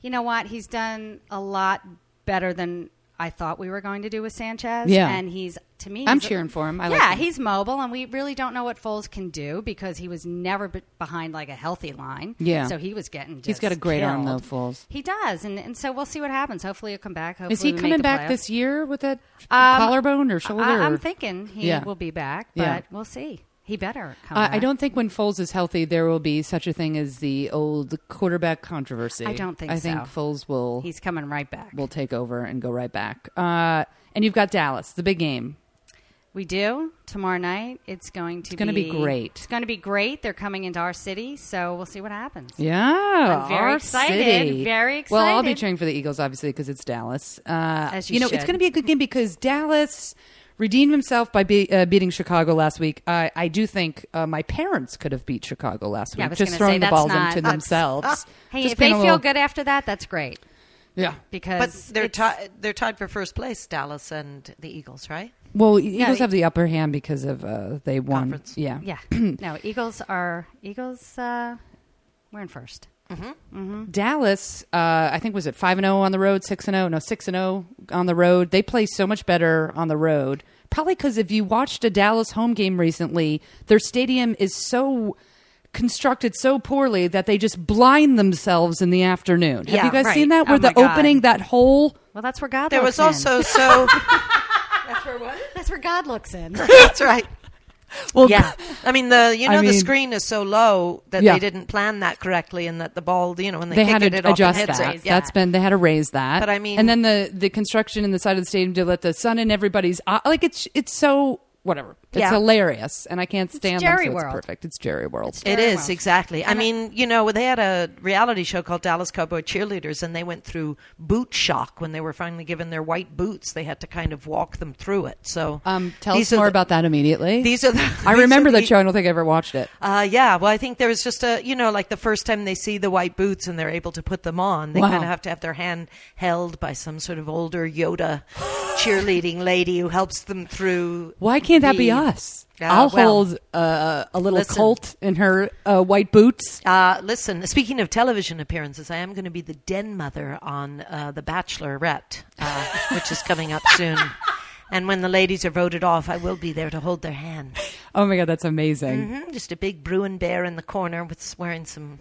S3: you know what? He's done a lot better than I thought we were going to do with Sanchez.
S1: Yeah.
S3: and he's to me.
S1: I'm
S3: he's-
S1: cheering for him. I like
S3: yeah,
S1: him.
S3: he's mobile, and we really don't know what Foles can do because he was never be- behind like a healthy line.
S1: Yeah.
S3: so he was getting. Just
S1: He's got a great arm,
S3: killed.
S1: though, Foles.
S3: He does, and and so we'll see what happens. Hopefully, he'll come back. Hopefully
S1: Is he
S3: we make
S1: coming
S3: the
S1: back
S3: playoffs.
S1: this year with that
S3: Um,
S1: collarbone or shoulder?
S3: I,
S1: or-
S3: I'm thinking he
S1: Yeah.
S3: will be back, but
S1: Yeah.
S3: we'll see. He better come.
S1: I, I
S3: back.
S1: don't think when Foles is healthy, there will be such a thing as the old quarterback controversy.
S3: I don't think
S1: I think
S3: so.
S1: Foles will.
S3: He's coming right back.
S1: will take over and go right back. Uh, and you've got Dallas, the big game.
S3: We do tomorrow night. It's going to. It's
S1: gonna be great.
S3: It's going to be great. They're coming into our city, so we'll see what happens.
S1: Yeah,
S3: I'm very
S1: our
S3: excited,
S1: city.
S3: very
S1: Well, I'll be
S3: excited.
S1: cheering for the Eagles, obviously, because it's Dallas. Uh,
S3: As you
S1: know, it's
S3: should.
S1: going to be a good game because Dallas redeemed himself by be- uh, beating Chicago last week. I I do think uh, my parents could have beat Chicago last
S3: Yeah, I
S1: week,
S3: was
S1: just
S3: gonna
S1: throwing
S3: say,
S1: the
S3: that's
S1: balls
S3: not-
S1: into
S3: that's-
S1: themselves.
S3: Hey,
S1: Just
S3: if they
S1: being a
S3: feel
S1: little-
S3: good after that, that's great
S1: yeah.
S2: But
S3: because
S2: they're,
S3: it's-
S2: ti- they're tied for first place, Dallas and the Eagles, right?
S1: Well, Eagles
S3: they-
S1: have the upper hand because of uh, they won.
S2: Conference.
S1: Yeah,
S3: Yeah, no, Eagles are Eagles. Uh, we're in first.
S1: Dallas, uh, I think was it five and zero on the road, six and zero, no six and zero on the road. They play so much better on the road, probably because if you watched a Dallas home game recently, their stadium is so constructed so poorly that they just blind themselves in the afternoon. Have
S2: Yeah,
S1: you guys
S3: right.
S1: seen that? Where
S3: Oh
S1: the
S3: my God.
S1: opening, that whole
S3: Well, that's where God.
S2: There
S3: looks
S2: was also
S3: in.
S2: so.
S3: that's where God looks in.
S2: That's right.
S1: well,
S2: Yeah, I mean the you
S1: I
S2: know the
S1: mean-
S2: screen is so low that
S1: Yeah.
S2: they didn't plan that correctly, and that the ball you know when they,
S1: they
S2: kick
S1: had
S2: it,
S1: to
S2: it often
S1: adjust
S2: hits
S1: that.
S2: it.
S1: That's been they had to raise that.
S2: But I mean-
S1: and then the the construction in the side of the stadium to let the sun in everybody's eye, like it's it's so whatever. It's
S2: Yeah.
S1: hilarious, and I can't stand them,
S3: Jerry
S1: so
S3: World.
S1: It's perfect. It's Jerry World.
S2: It
S3: Very
S2: is
S3: well.
S2: exactly. I mean, you know, they had a reality show called Dallas Cowboy Cheerleaders, and they went through boot shock when they were finally given their white boots. They had to kind of walk them through it. So,
S1: um, tell
S2: these
S1: us
S2: are
S1: more
S2: the-
S1: about that immediately.
S2: These are the.
S1: I
S2: these
S1: remember
S2: are
S1: that
S2: the-
S1: show. I don't think I ever watched it.
S2: Uh, yeah, well, I think there was just a, you know, like the first time they see the white boots and they're able to put them on, they
S1: Wow.
S2: kind of have to have their hand held by some sort of older Yoda cheerleading lady who helps them through.
S1: Why can't that be
S2: the-
S1: us?
S2: Uh,
S1: I'll
S2: well,
S1: hold uh, a little
S2: listen.
S1: colt in her uh, white boots.
S2: Uh, listen, speaking of television appearances, I am going to be the den mother on uh, The Bachelorette, uh, which is coming up soon. And when the ladies are voted off, I will be there to hold their hand.
S1: Oh my god, that's amazing!
S2: Mhm, Just a big Bruin bear in the corner with wearing some.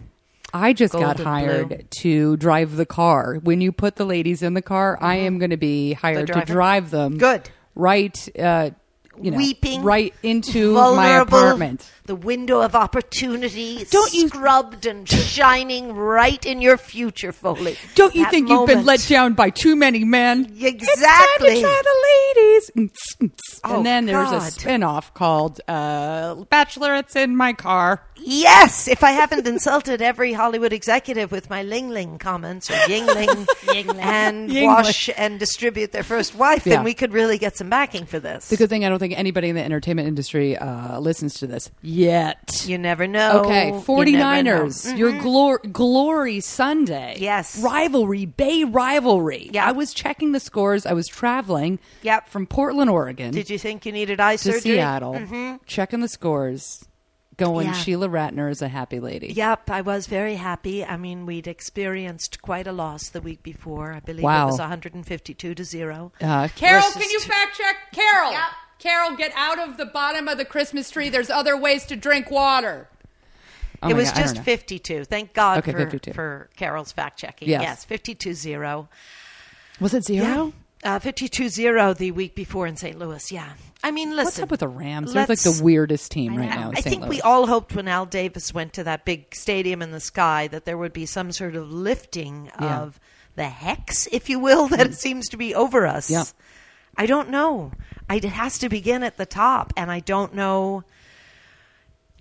S1: I just
S2: Gold
S1: got
S2: and
S1: hired
S2: blue.
S1: to drive the car. When you put the ladies in the car, I am going to be hired to
S2: Mm-hmm. driver?
S1: drive them.
S2: Good.
S1: Right. Uh, you know,
S2: Weeping,
S1: right into my
S2: vulnerable,
S1: apartment.
S2: The window of opportunity,
S1: Don't you-
S2: scrubbed and shining right in your future, Foley.
S1: Don't you
S2: That
S1: think you've been
S2: moment.
S1: let down by too many men? It's time to
S2: Exactly.
S1: try the ladies. Mm, mm, mm.
S2: Oh,
S1: and then there's
S2: God.
S1: a spin-off called uh, Bachelorette's in My Car.
S2: Yes, if I haven't insulted every Hollywood executive with my Ling Ling comments or Yingling
S3: Yingling.
S2: and
S1: Yingling.
S2: wash and distribute their first wife,
S1: Yeah.
S2: then we could really get some backing for this.
S1: The good thing I don't think anybody in the entertainment industry uh, listens to this yet.
S2: you never know.
S1: Okay,
S2: You never
S1: 49ers.
S2: know. Mm.
S1: Your glor- glory Sunday.
S2: Yes.
S1: Rivalry, Bay rivalry.
S2: Yeah.
S1: I was checking the scores. I was traveling
S2: Yep.
S1: from Portland, Oregon
S2: Did you think you needed eye
S1: to
S2: surgery?
S1: Seattle, checking the scores, going
S2: Mm-hmm. Yeah.
S1: Sheila Ratner is a happy lady.
S2: Yep, I was very happy. I mean, we'd experienced quite a loss the week before. I believe
S1: Wow.
S2: it was 152 to 0.
S1: Uh, Carol,
S2: Versus
S1: can you
S2: two-
S1: fact check? Carol. Carol, get out of the bottom of the Christmas tree. There's other ways to drink water. Oh
S2: it
S1: my
S2: was
S1: God, I don't
S2: just
S1: know.
S2: 52. Thank God
S1: Okay,
S2: for,
S1: 52.
S2: for Carol's fact checking.
S1: Yes.
S2: Yes, 52 0.
S1: Was it zero?
S2: Uh, 52 0 the week before in St. Louis. Yeah. I mean, listen.
S1: What's up with the Rams? They're like
S2: let's-
S1: the weirdest team right
S3: know.
S1: now. in
S2: I
S1: St.
S2: think we
S1: Louis.
S2: all hoped when Al Davis went to that big stadium in the sky that there would be some sort of lifting
S1: Yeah. Mm.
S2: of the hex, if you will, that seems to be over us.
S1: Yeah.
S2: I don't know. I, it has to begin at the top, and I don't know.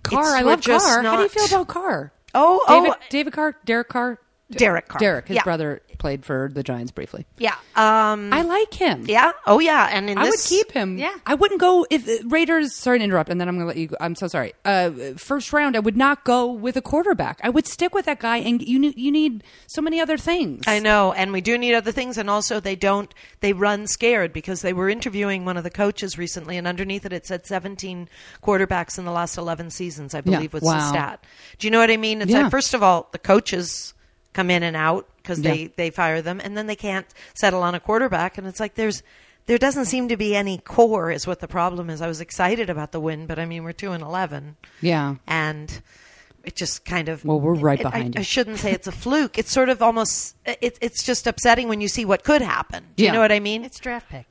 S1: Carr.
S2: It's-
S1: I
S2: we're
S1: love
S2: just
S1: Carr. How do you
S2: not-
S1: feel about Carr?
S2: Oh,
S1: David,
S2: oh,
S1: David Carr, Derek Carr,
S2: Derek Carr.
S1: Derek. His
S2: Yeah.
S1: brother played for the Giants briefly.
S2: Yeah. Um,
S1: I like him.
S2: yeah. Oh, yeah. And in
S1: I would
S2: this,
S1: keep him.
S3: Yeah.
S1: I wouldn't go if uh, Raiders. Sorry to interrupt, and then I'm going to let you. go. I'm so sorry. Uh, first round, I would not go with a quarterback. I would stick with that guy, and you need you need so many other things.
S2: I know, and we do need other things, and also they don't. They run scared because they were interviewing one of the coaches recently, and underneath it it said 17 quarterbacks in the last 11 seasons. I believe was the
S1: Wow.
S2: stat. Do you know what I mean? It's
S1: Yeah.
S2: like first of all, the coaches come in and out because
S1: Yeah.
S2: they they fire them, and then they can't settle on a quarterback, and it's like there's. There doesn't seem to be any core, is what the problem is. I was excited about the win, but I mean, we're 2 and 11
S1: Yeah.
S2: and it just kind of
S1: Well, we're right
S2: it- I-
S1: behind
S2: I,
S1: you.
S2: shouldn't say it's a fluke. It's sort of almost it, it's just upsetting when you see what could happen. Do
S1: Yeah.
S2: you know what I mean?
S3: It's draft pick.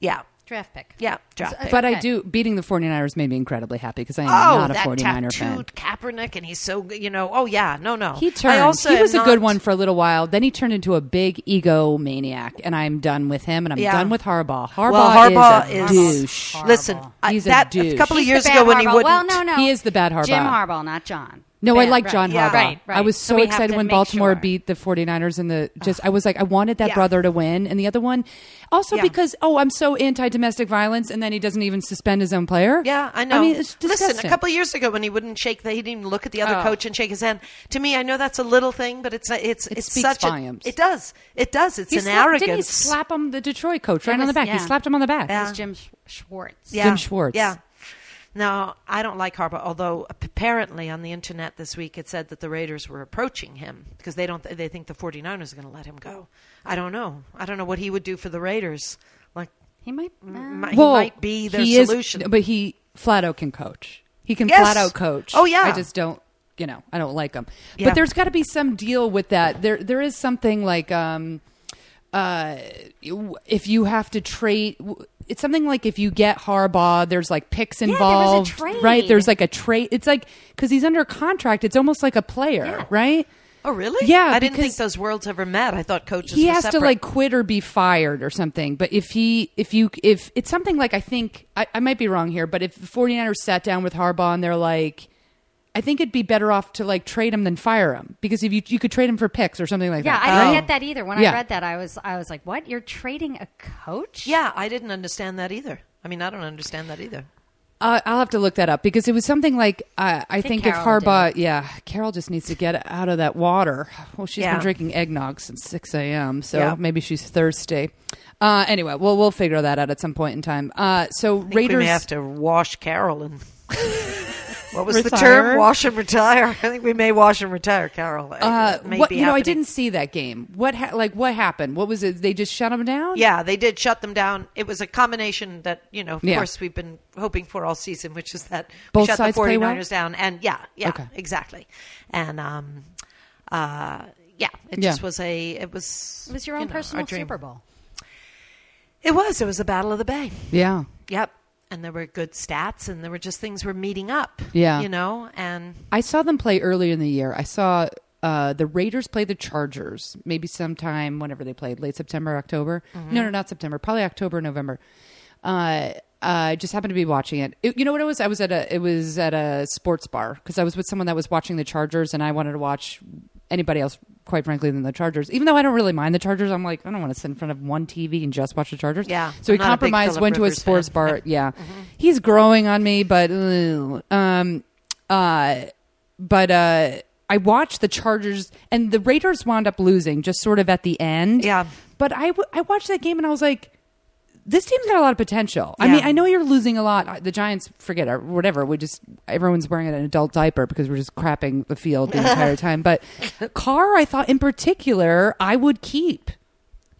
S2: yeah,
S3: Draft pick.
S2: yeah. Draft pick.
S1: uh, But I
S3: Okay.
S1: do beating the 49ers made me incredibly happy because I am
S2: oh,
S1: not a
S2: that
S1: 49er fan.
S2: tattooed Kaepernick, and he's so good, you know. Oh yeah, no, no.
S1: He
S2: I
S1: turned.
S2: also
S1: he
S2: am
S1: was a good
S2: not-
S1: one for a little while. Then he turned into a big ego maniac, and I'm done with him. And I'm
S2: Yeah.
S1: done with Harbaugh. Harbaugh,
S2: Well, Harbaugh
S1: is,
S2: is,
S1: a douche.
S3: Harbaugh.
S2: Listen, I-
S1: He's a
S2: that
S1: douche.
S2: a couple of
S3: He's the
S2: years
S3: bad
S2: ago when he
S3: Harbaugh.
S2: wouldn't.
S3: Well, no, no.
S1: He is the bad Harbaugh.
S3: Jim Harbaugh, not John.
S1: No, I
S3: Bad,
S1: like
S3: right.
S1: John
S2: Yeah.
S1: Harbaugh.
S3: Right, right.
S1: I was so,
S3: we have
S1: excited
S3: to
S1: when
S3: make
S1: Baltimore
S3: sure.
S1: beat the 49ers in the just I was like I wanted that
S2: Yeah.
S1: brother to win and the other one also
S2: Yeah.
S1: because oh I'm so anti domestic violence and then he doesn't even suspend his own player.
S2: Yeah, I know.
S1: I mean it's disgusting.
S2: Listen, a couple years ago when he wouldn't shake, the, he didn't even look at the other
S1: Oh.
S2: coach and shake his hand. To me, I know that's a little thing, but it's it's it's
S1: speaks
S2: such a-
S1: volumes.
S2: it does. It does. It's
S1: he
S2: an
S1: slapped-
S2: arrogance.
S1: Didn't he slap him the Detroit coach right
S3: It
S1: on the
S3: was-
S1: back? He
S3: yeah.
S1: slapped him on the back.
S2: Yeah.
S3: It's Jim Sch- Schwartz.
S2: Yeah.
S1: Jim Schwartz.
S2: Yeah. No, I don't like Harbaugh. Although apparently on the internet this week it said that the Raiders were approaching him because they don't they think the 49ers are going to let him go. I don't know. I don't know what he would do for the Raiders. Like
S3: He might. uh,
S2: mi-
S1: Uh, Well,
S2: he might be their
S1: he is-
S2: solution.
S1: but he flat out can coach. He can
S2: Yes.
S1: flat out coach.
S2: Oh, yeah.
S1: I just don't. You know, I don't like him.
S2: Yeah.
S1: But there's got to be some deal with that. There, there is something like, um, uh, if you have to trade. It's something like if you get Harbaugh, there's like picks
S3: there was a
S1: involved,
S3: trade.
S1: right? There's like a trade. It's like because he's under contract. It's almost like a player,
S3: Yeah.
S1: right?
S2: Oh, really?
S1: Yeah,
S2: I didn't think
S1: because-
S2: those worlds ever met. I thought coaches.
S1: he
S2: were
S1: has
S2: separate.
S1: to like quit or be fired or something but if he if you if it's something like i think I, I might be wrong here but if the 49ers sat down with harbaugh and they're like i think it'd be better off to like trade him than fire him because if you you could trade him for picks or something like
S3: Yeah,
S1: that
S3: I didn't
S2: Oh.
S3: get that either. When
S1: Um, Yeah.
S3: I read that, I was I was like, "What? You're trading a coach?"
S2: Yeah, I didn't understand that either. I mean, I don't understand that either.
S1: uh, i'll have to look that up because it was something like uh, i think,
S3: think
S1: if
S3: Carol
S1: harbaugh yeah carol just needs to get out of that water well she's
S2: Yeah.
S1: been drinking eggnog since 6 a.m so
S2: Yeah.
S1: maybe she's thirsty uh, anyway we'll, we'll figure that out at some point in time uh, so
S2: I think
S1: raiders
S2: we may have to wash Carol and. What was the
S1: Retire?
S2: term? Wash and retire. I think we may wash and retire Carol.
S1: Uh,
S2: It may
S1: what
S2: be
S1: you know, I
S2: happening.
S1: didn't see that game. What ha- like what happened? What was it? They just shut him down.
S2: Yeah, they did shut them down. It was a combination that, you know, of
S1: Yeah.
S2: course we've been hoping for all season, which is that
S1: Both
S2: we shut
S1: sides
S2: the
S1: play
S2: 49ers
S1: well?
S2: down. And yeah, yeah,
S1: Okay.
S2: exactly. And um uh yeah, it
S1: Yeah.
S2: just was a it was
S3: it was your
S2: you
S3: own
S2: know, our
S3: personal
S2: dream.
S3: Super Bowl.
S2: It was. It was the Battle of the Bay.
S1: yeah.
S2: Yep. And there were good stats and there were just things were meeting up.
S1: Yeah.
S2: You know, and
S1: I saw them play earlier in the year. I saw uh, the Raiders play the Chargers maybe sometime whenever they played late September, October.
S2: Mm-hmm.
S1: No, no, not September. Probably October, November. Uh, I just happened to be watching it. It- You know what it was? I was at a it was at a sports bar because I was with someone that was watching the Chargers, and I wanted to watch anybody else, quite frankly, than the Chargers. Even though I don't really mind the Chargers, I'm like I don't want to sit in front of one TV and just watch the Chargers.
S2: Yeah,
S1: So we
S2: I'm not a big
S1: compromised,
S2: Philip
S1: went to a
S2: Rivers fan. Mm-hmm.
S1: sports bar. Yeah, he's growing on me, but ugh. um, uh, but uh, I watched the Chargers and the Raiders wound up losing just sort of at the end.
S2: Yeah.
S1: But I w- I watched that game and I was like, this team's got a lot of potential. I
S2: Yeah.
S1: mean, I know you're losing a lot. The Giants, forget or whatever. We just everyone's wearing an adult diaper because we're just crapping the field the entire time. But Carr, I thought in particular, I would keep.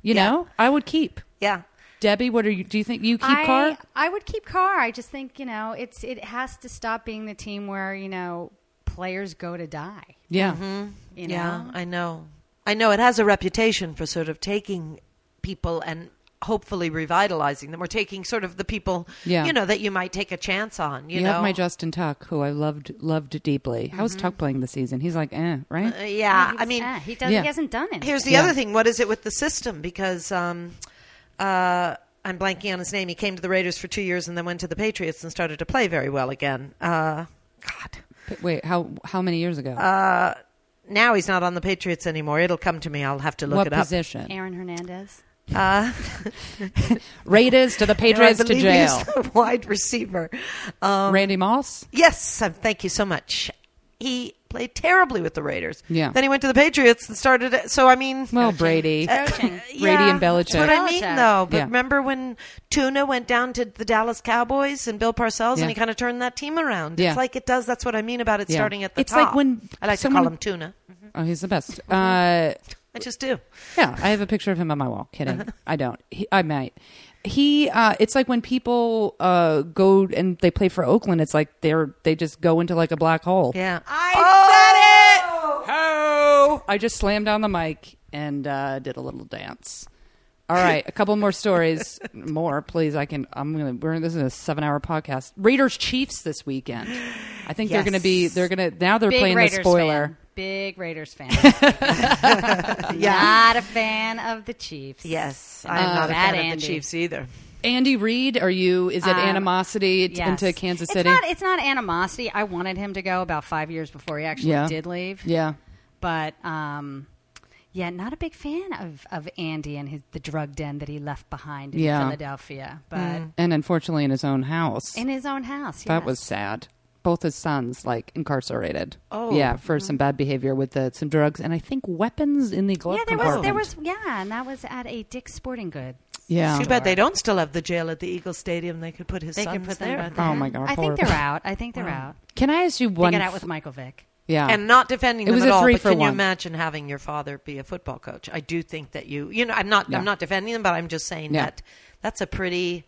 S1: You
S2: Yeah.
S1: know, I would keep.
S2: yeah.
S1: Debbie, what are you? Do you think you keep
S3: I,
S1: Carr?
S3: I would keep Carr. I just think you know it's it has to stop being the team where you know players go to die.
S1: Yeah.
S2: Mm-hmm.
S3: You
S2: yeah,
S3: know,
S2: I know. I know it has a reputation for sort of taking people and hopefully revitalizing them or taking sort of the people
S1: Yeah.
S2: you know that you might take a chance on, you,
S1: You,
S2: know. Mm-hmm.
S1: have my Justin Tuck, who I loved loved deeply. How's Tuck playing this season? He's like, eh, right?
S2: Uh, yeah,
S3: He
S2: I
S3: was-
S2: mean,
S3: eh, he doesn't.
S1: yeah.
S3: He hasn't done it.
S2: here's the
S1: Yeah.
S2: other thing. What is it with the system? Because um, uh, I'm blanking on his name. He came to the Raiders for two years and then went to the Patriots and started to play very well again. Uh, God,
S1: But Wait, how how many years ago?
S2: Uh, now he's not on the Patriots anymore. It'll come to me. I'll have to look
S1: what
S2: it up.
S1: position?
S3: Aaron Hernandez.
S1: Raiders to the
S2: No, I
S1: Patriots to
S2: believe
S1: jail.
S2: he's a wide receiver. Um,
S1: Randy Moss.
S2: Yes, um, thank you so much. He played terribly with the Raiders.
S1: Yeah.
S2: Then he went to the Patriots and started. So I mean,
S1: Well, Brady.
S2: Uh,
S3: Coaching.
S1: Brady and Belichick.
S2: That's what I mean,
S3: Belichick.
S2: though. But
S1: Yeah.
S2: remember when Tuna went down to the Dallas Cowboys and Bill Parcells,
S1: Yeah.
S2: and he kind of turned that team around.
S1: Yeah.
S2: It's like it does. That's what I mean about it
S1: Yeah.
S2: starting at the
S1: It's like
S2: top.
S1: when
S2: I like
S1: someone-
S2: to call him Tuna.
S1: Oh, he's the best.
S2: Uh-huh.
S1: Uh,
S2: I just do.
S1: yeah, I have a picture of him on my wall.
S2: Uh-huh.
S1: Kidding, I don't. He, I might. He. Uh, it's like when people uh, go and they play for Oakland. It's like they're they just go into like a black hole.
S2: Yeah.
S1: I said it. Ho! I just slammed on the mic and uh, did a little dance. All right, a couple more stories. More, please. I can. I'm gonna. We're, this is a seven-hour podcast. Raiders Chiefs this weekend. I think they're
S2: Yes.
S1: gonna be. They're gonna now. They're
S3: Big
S1: playing
S3: Raiders
S1: the spoiler.
S3: fan. Big Raiders fan. Not a fan of the Chiefs.
S2: Yes, I'm
S3: Uh,
S2: not a
S3: Bad
S2: fan of
S3: Andy.
S2: the Chiefs either.
S1: Andy Reid, are you? Is it animosity t-
S3: Um, Yes.
S1: into Kansas
S3: It's
S1: City?
S3: not, it's not animosity. I wanted him to go about five years before he actually
S1: Yeah.
S3: did leave.
S1: yeah.
S3: But um, yeah, not a big fan of, of Andy and his, the drug den that he left behind in
S1: Yeah.
S3: Philadelphia. But
S1: And unfortunately, in his own house.
S3: in his own house,
S1: that
S3: yes.
S1: was sad. Both his sons, like incarcerated.
S2: Oh.
S1: yeah, for
S3: Mm-hmm.
S1: some bad behavior with the, some drugs and I think weapons in the glove
S3: yeah. There was
S1: compartment.
S3: there was yeah, and that was at a Dick's Sporting Goods.
S1: yeah.
S2: Too bad they don't still have the jail at the Eagles Stadium. They could put his
S3: They
S2: sons
S3: can put them
S2: there.
S3: both.
S1: Oh
S3: in.
S1: my God,
S3: Uh-huh. I think they're
S1: horrible.
S3: out. I think they're out.
S1: Can I ask you
S3: They
S1: one?
S3: got out
S1: f-
S3: with Michael Vick.
S1: yeah,
S2: and not defending
S1: It was
S2: them at
S1: a
S2: all.
S1: three
S2: but
S1: for
S2: can
S1: one.
S2: you imagine having your father be a football coach? I do think that you, you know, I'm not,
S1: Yeah.
S2: I'm not defending them, but I'm just saying
S1: Yeah.
S2: that that's a pretty.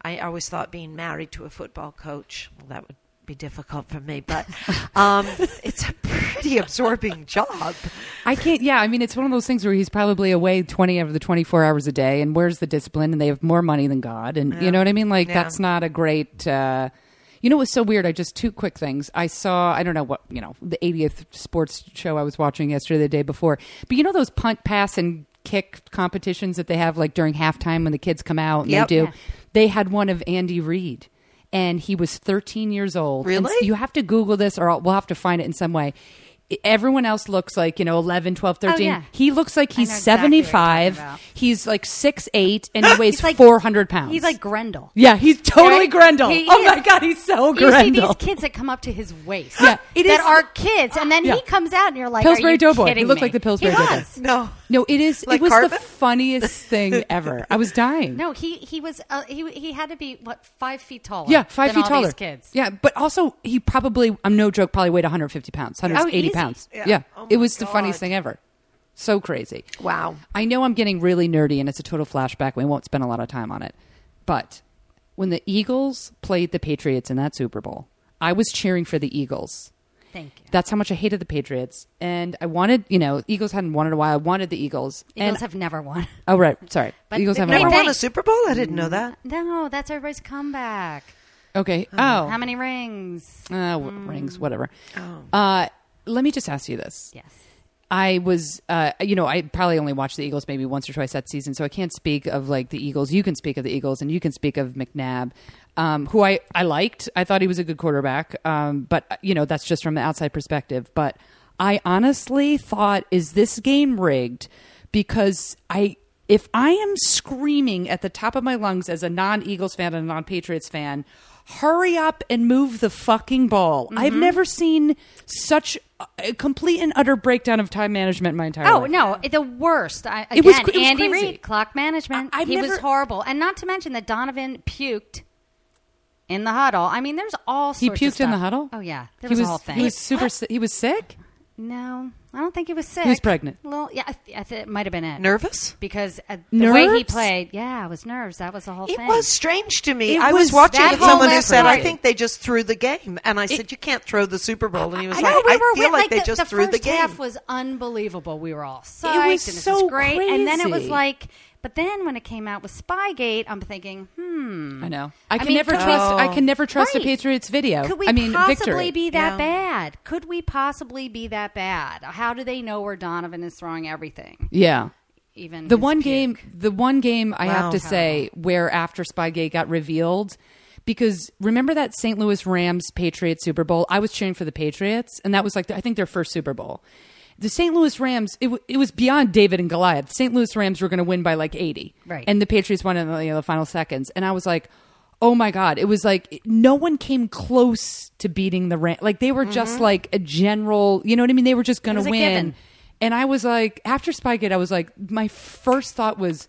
S2: I always thought being married to a football coach well, that would be difficult for me, but um, it's a pretty absorbing job.
S1: I can't. Yeah, I mean, it's one of those things where he's probably away twenty out of the twenty-four hours a day, and where's the discipline? And they have more money than God, and you know what I mean. Like
S2: Yeah.
S1: that's not a great. Uh, You know what's so weird? I just two quick things. I saw I don't know what you know the 80th sports show I was watching yesterday, the day before. But you know those punt, pass, and kick competitions that they have like during halftime when the kids come out and
S2: Yep.
S1: they do.
S2: Yeah.
S1: They had one of Andy Reid. And he was 13 years old. And
S2: Really?
S1: you have to Google this or I'll- we'll have to find it in some way. I- Everyone else looks like, you know, 11, 12, 13.
S3: Oh, yeah.
S1: He looks like he's
S3: know exactly what you're talking
S1: 75.
S3: about.
S1: He's like 6'8 and he weighs
S3: He's like-
S1: 400 pounds.
S3: He's like Grendel.
S1: Yeah, he's totally
S3: Right?
S1: Grendel.
S3: He
S1: oh
S3: is.
S1: my god, he's so
S3: You see
S1: Grendel.
S3: these kids that come up to his waist.
S1: Yeah, it is-
S3: that are kids, and then
S1: Yeah.
S3: he comes out, and you're like,
S1: Pillsbury
S3: are you
S1: Doughboy. He
S3: kidding
S1: looked
S3: me?
S1: like the Pillsbury
S3: He
S1: Doughboy.
S3: was.
S2: No.
S1: no, it is.
S2: Like
S1: it was
S2: Carvin?
S1: the funniest thing ever. I was dying.
S3: No, he he was uh, he he had to be what five feet taller.
S1: Yeah, five feet
S3: than all
S1: taller.
S3: These kids.
S1: Yeah, but also he probably, I'm no joke, probably weighed 150
S3: Oh,
S1: pounds, 180
S3: easy.
S1: pounds.
S2: Yeah.
S1: Yeah,
S2: Oh
S1: it
S2: my
S1: was the funniest
S2: God.
S1: thing ever. So crazy.
S2: Wow.
S1: I know I'm getting really nerdy, and it's a total flashback. We won't spend a lot of time on it, but when the Eagles played the Patriots in that Super Bowl, I was cheering for the Eagles.
S3: Thank you.
S1: That's how much I hated the Patriots. And I wanted, you know, Eagles hadn't won in a while. I wanted the Eagles.
S3: Eagles
S1: and,
S3: have never won.
S1: oh, right. Sorry.
S3: But
S1: Eagles
S3: they-
S1: haven't
S3: they-
S2: Never
S1: won.
S3: they-
S2: won a Super Bowl? I didn't know that.
S3: No, that's everybody's comeback.
S1: Okay. Oh.
S3: How many rings?
S1: Uh, w- Rings,
S3: Mm.
S1: whatever.
S3: Oh.
S1: Uh, let me just ask you this.
S3: Yes.
S1: I was, uh, you know, I probably only watched the Eagles maybe once or twice that season, so I can't speak of like the Eagles. You can speak of the Eagles, and you can speak of McNabb, um, who I I liked. I thought he was a good quarterback, um, but uh, you know that's just from an outside perspective. But I honestly thought, is this game rigged? Because I. If I am screaming at the top of my lungs as a non Eagles fan and a non Patriots fan, hurry up and move the fucking ball. I've
S3: Mm-hmm.
S1: never seen such a complete and utter breakdown of time management in my entire
S3: Oh
S1: life.
S3: no, the worst. I, again,
S1: It was cr- it was
S3: Andy
S1: crazy.
S3: Reid, clock management.
S1: I- I've
S3: he was
S1: never-
S3: horrible, and not to mention that Donovan puked in the huddle. I mean, there's all
S1: He
S3: sorts of
S1: puked in the
S3: stuff.
S1: huddle?
S3: Oh yeah, there
S1: he
S3: was,
S1: was
S3: a whole thing.
S1: He was super si- he was sick?
S3: no, I don't think he was sick.
S1: was pregnant.
S3: Little, yeah, I, th- I th- it might have been it.
S2: Nervous?
S3: because uh, the way he
S1: Nerves?
S3: played, yeah, it was nerves. That was the whole
S2: It
S3: thing.
S2: was strange to me.
S1: It
S2: I was,
S1: was
S2: watching
S3: that
S2: with someone
S3: whole
S2: who said, "I
S3: episode.
S2: think they just threw the game," and I said, "You can't throw the Super Bowl." And he was
S3: I
S2: like,
S3: know, we
S2: "I
S3: were
S2: feel
S3: with-
S2: like, they
S3: the-
S2: just
S3: the
S2: threw the
S3: first
S2: game."
S3: half was unbelievable. We were all psyched.
S1: was
S3: and this
S1: so
S3: is great. And then it was
S1: crazy.
S3: like, but then when it came out with Spygate, I'm thinking, hmm.
S1: I know. I can
S3: mean,
S1: never
S3: could we-
S1: trust I can never trust
S3: Right.
S1: the Patriots video.
S3: Could we
S1: I mean
S3: possibly
S1: victory.
S3: be that
S2: Yeah.
S3: bad? Could we possibly be that bad? How do they know where Donovan is throwing everything?
S1: yeah.
S3: Even
S1: The
S3: his
S1: one
S3: puke?
S1: game, the one game I
S2: Wow.
S1: have to say where after Spygate got revealed, because remember that St. Louis Rams Patriots Super Bowl? I was cheering for the Patriots, and that was like I think their first Super Bowl. The St. Louis Rams, it, w- it was beyond David and Goliath. St. Louis Rams were going to win by like eighty,
S3: Right.
S1: And the Patriots won in the, you know, the final seconds, and I was like. Oh my God! It was like no one came close to beating the Rams. Like they were just
S3: Mm-hmm.
S1: like a general, you know what I mean? They were just going to
S3: was a
S1: win.
S3: given.
S1: And I was like, after Spygate, I was like, my first thought was,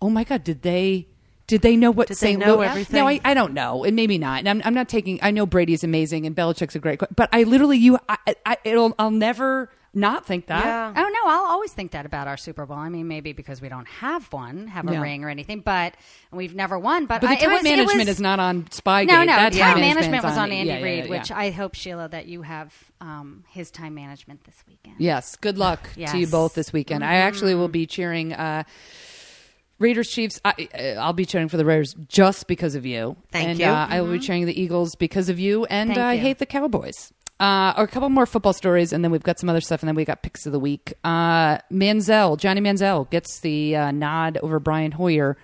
S1: oh my god, did they? Did they know what
S2: Did they
S1: St.
S2: know
S1: Louis?
S2: everything?
S1: No, I, I don't know, and maybe not. And I'm, I'm not taking. I know Brady's amazing and Belichick's a great, qu- but I literally, you, I, I, it'll, I'll never not think that.
S2: Yeah.
S3: Oh no, I'll always think that about our Super Bowl. I mean, maybe because we don't have one, have a
S1: Yeah.
S3: ring or anything, but and we've never won. But,
S1: But the
S3: I,
S1: time
S3: it was, it
S1: management
S3: was-
S1: is not on Spygate.
S3: No, no,
S1: That
S3: time
S1: management's
S3: management was on
S1: yeah,
S3: Andy
S1: yeah,
S3: Reid,
S1: yeah,
S3: which
S1: yeah.
S3: I hope Sheila that you have um, his time management this weekend.
S1: Yes. Good luck
S3: Yes. Mm-hmm.
S1: to you both this weekend. I actually will be cheering uh, Raiders Chiefs. I, uh, I'll be cheering for the Raiders just because of you.
S2: Thank
S1: and,
S2: you.
S1: Uh, I will be cheering the Eagles because of you. And
S3: Mm-hmm.
S1: uh,
S3: Thank
S1: I
S3: you.
S1: hate the Cowboys. Uh, or a couple more football stories, and then we've got some other stuff, and then we got picks of the week. Uh, Manziel, Johnny Manziel gets the uh, nod over Brian Hoyer.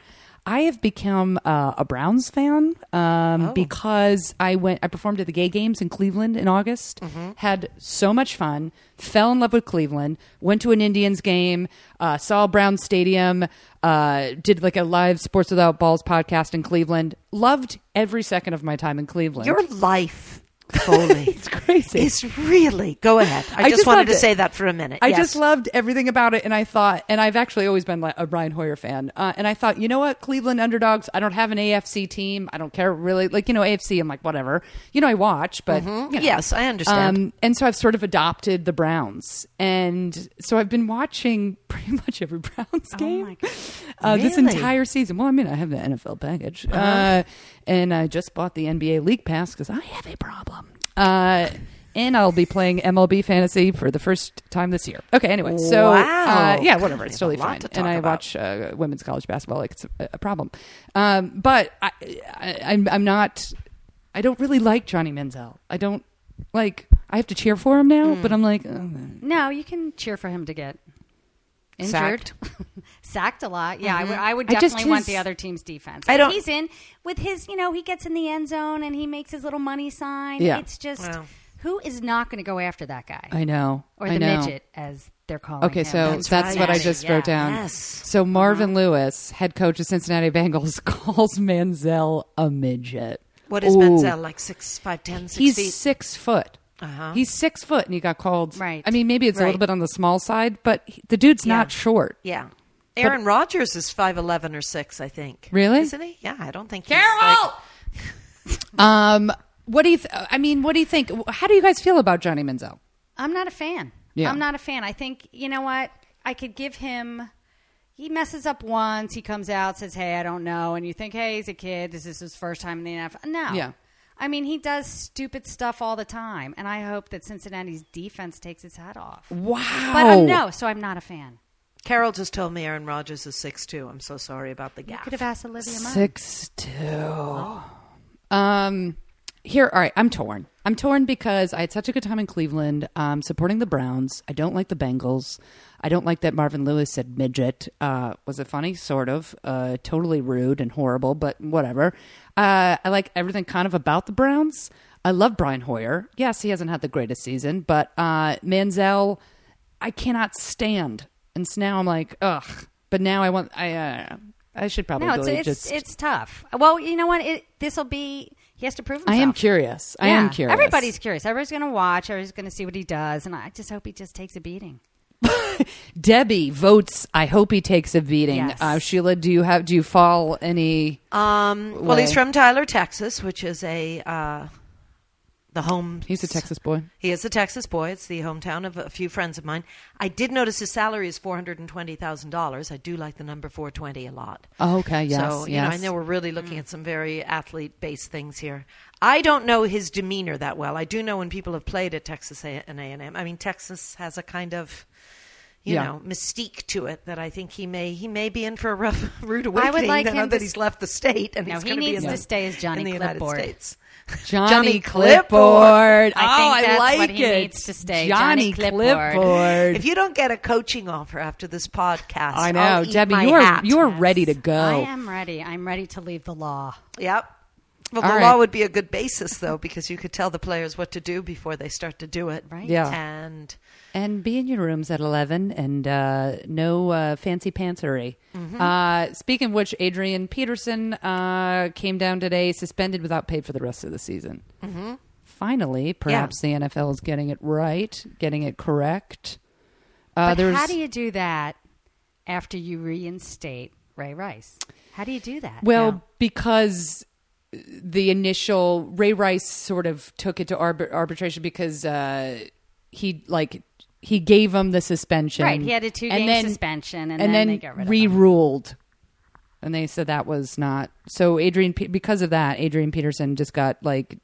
S1: I have become uh, a Browns fan um, because I went. I performed at the Gay Games in Cleveland in August. Had so much fun. Fell in love with Cleveland. Went to an Indians game. Uh, saw Brown Stadium. Uh, did like a live Sports Without Balls podcast in Cleveland. Loved every second of my time in Cleveland.
S2: Your life, Foley,
S1: it's crazy.
S2: is really. Go ahead. I, just, wanted
S1: loved
S2: to
S1: it.
S2: say that for a minute.
S1: I
S2: Yes.
S1: just loved everything about it, and I thought, and I've actually always been like a Brian Hoyer fan, uh, and I thought, you know what, Cleveland underdogs. I don't have an AFC team. I don't care really, like you know, AFC. I'm like whatever, you know, I watch, but you know.
S2: Yes, I understand.
S1: Um, and so I've sort of adopted the Browns, and so I've been watching pretty much every Browns game
S3: Oh my God. Uh-huh.
S1: uh, this
S2: Really?
S1: entire season. Well, I mean, I have the NFL package, uh and I just bought the NBA League Pass because I have a problem. Uh, and I'll be playing MLB Fantasy for the first time this year. Okay, anyway, so
S2: Wow.
S1: uh, yeah,
S2: God,
S1: whatever,
S2: we
S1: it's
S2: have a
S1: totally
S2: lot
S1: fine.
S2: to talk
S1: And I
S2: about.
S1: watch uh, women's college basketball like it's a, a problem, um, but I, I, I'm, I'm not. I- I don't really like Johnny Manziel. I don't like. I have to cheer for him now,
S2: Hmm.
S1: but I'm like, "Ugh."
S3: No, you can cheer for him to get injured,
S2: Sacked.
S3: sacked a lot. Yeah, I would- I would
S1: Mm-hmm. I just-
S3: definitely want
S1: his-
S3: the other team's defense.
S2: I
S3: But
S2: don't-
S3: He's in with his. You know, he gets in the end zone and he makes his little money sign.
S1: Yeah.
S3: it's just
S2: Wow.
S3: who is not going to go after that guy
S1: I know.
S3: or
S1: I
S3: the
S1: know.
S3: midget as they're calling.
S1: Okay,
S3: him.
S1: so that's,
S2: That's right.
S1: what I
S2: Yes.
S1: just
S3: Yeah.
S1: wrote down.
S2: Yes. Uh-huh.
S1: So Marvin Lewis, head coach of Cincinnati Bengals, calls Manziel a midget.
S2: What is
S1: Ooh.
S2: Manziel like? Six, five, ten, six
S1: He's
S2: feet.
S1: six foot.
S2: Uh-huh.
S1: He's six foot, and he got called.
S3: Right.
S1: I mean, maybe it's a little
S2: Right.
S1: bit on the small side, but he, the dude's not
S2: Yeah.
S1: short.
S2: Yeah. Aaron Rodgers is five eleven or six, I think.
S1: Really?
S2: Isn't he? Yeah, I don't think. he's, like-
S1: Um, what do you? Th- I mean, what do you think? How do you guys feel about Johnny Manziel?
S3: I'm not a fan.
S1: Yeah.
S3: I'm not a fan. I think you know what? I could give him. He messes up once. He comes out, says, "Hey, I don't know," and you think, "Hey, he's a kid. This is his first time in the NFL." No.
S1: Yeah.
S3: I mean, he does stupid stuff all the time, and I hope that Cincinnati's defense takes its hat off.
S1: Wow.
S3: But I'm no, so I'm not a fan.
S2: Carol just told me Aaron Rodgers is six two. I'm so sorry about the
S3: You
S2: gap.
S3: could have asked Olivia Munn.
S1: Six two.
S3: Oh.
S1: Um, here, all right. I'm torn. I'm torn because I had such a good time in Cleveland, um, supporting the Browns. I don't like the Bengals. I don't like that Marvin Lewis said midget. Uh, was it funny? Sort of. Uh, totally rude and horrible, but whatever. Uh, I like everything kind of about the Browns. I love Brian Hoyer. Yes, he hasn't had the greatest season, but uh, Manziel, I cannot stand. And so now I'm like, ugh. But now I want. I uh, I should probably
S3: No,
S1: go
S3: it's it's,
S1: just.
S3: it's tough. Well, you know what? It, this will be. He has to prove
S1: I
S3: himself.
S1: am curious. I am
S3: Yeah.
S1: curious.
S3: Everybody's curious. Everybody's going to watch. Everybody's going to see what he does, and I just hope he just takes a beating.
S1: Debbie votes. I hope he takes a beating.
S3: Yes.
S1: Uh, Sheila, do you have? Do you fall any?
S2: Um, well, he's
S1: Way.
S2: from Tyler, Texas, which is a uh, the home.
S1: He's a Texas boy.
S2: He is a Texas boy. It's the hometown of a few friends of mine. I did notice his salary is four hundred and twenty thousand dollars. I do like the number four twenty a lot.
S1: Oh, okay. Yes.
S2: so you know, I
S1: yes.
S2: know we're really looking
S3: Mm.
S2: at some very athlete-based things here. I don't know his demeanor that well. I do know when people have played at Texas A and A and M. I mean, Texas has a kind of you
S1: Yeah.
S2: know mystique to it that I think he may he may be in for a rough rude awakening.
S3: like
S2: now
S3: him
S2: that
S3: to
S2: he's
S3: s-
S2: left the state and
S3: No,
S2: he's
S3: he
S2: gonna be
S3: needs
S2: in
S3: to
S2: the-
S3: stay as Johnny
S2: in the United
S3: Clipboard.
S2: States.
S1: Johnny,
S2: Johnny
S1: Clipboard.
S2: Clipboard.
S3: I
S1: oh,
S3: think that's
S1: I like
S3: what he
S1: it.
S3: needs to stay,
S1: Johnny,
S3: Johnny
S1: Clipboard.
S3: Clipboard.
S2: If you don't get a coaching offer after this podcast,
S1: I know,
S2: I'll eat
S1: Debbie.
S2: my
S1: You are
S2: hat.
S1: you are ready to go.
S3: I am ready. I'm ready to leave the law.
S2: Yep. Well,
S1: All
S2: the
S1: right.
S2: law would be a good basis, though, because you could tell the players what to do before they start to do it.
S3: Right.
S1: Yeah.
S2: And
S1: And be in your rooms at 11 and uh, no uh, fancy pantsery.
S3: Mm-hmm.
S1: Uh, speaking of which, Adrian Peterson uh, came down today suspended without pay for the rest of the season.
S3: Mm-hmm.
S1: Finally, perhaps the NFL is getting it right, getting it correct. Uh,
S3: But
S1: there's,
S3: how do you do that after you reinstate Ray Rice? How do you do that?
S1: well,
S2: Yeah.
S1: because the initial Ray Rice sort of took it to arbit- arbitration because uh, he like he gave him the suspension.
S3: Right, he had a two-game
S1: And then-
S3: suspension, and then they got rid of him.
S1: reruled. And they said that was not so. Adrian, Pe- because of that, Adrian Peterson just got like,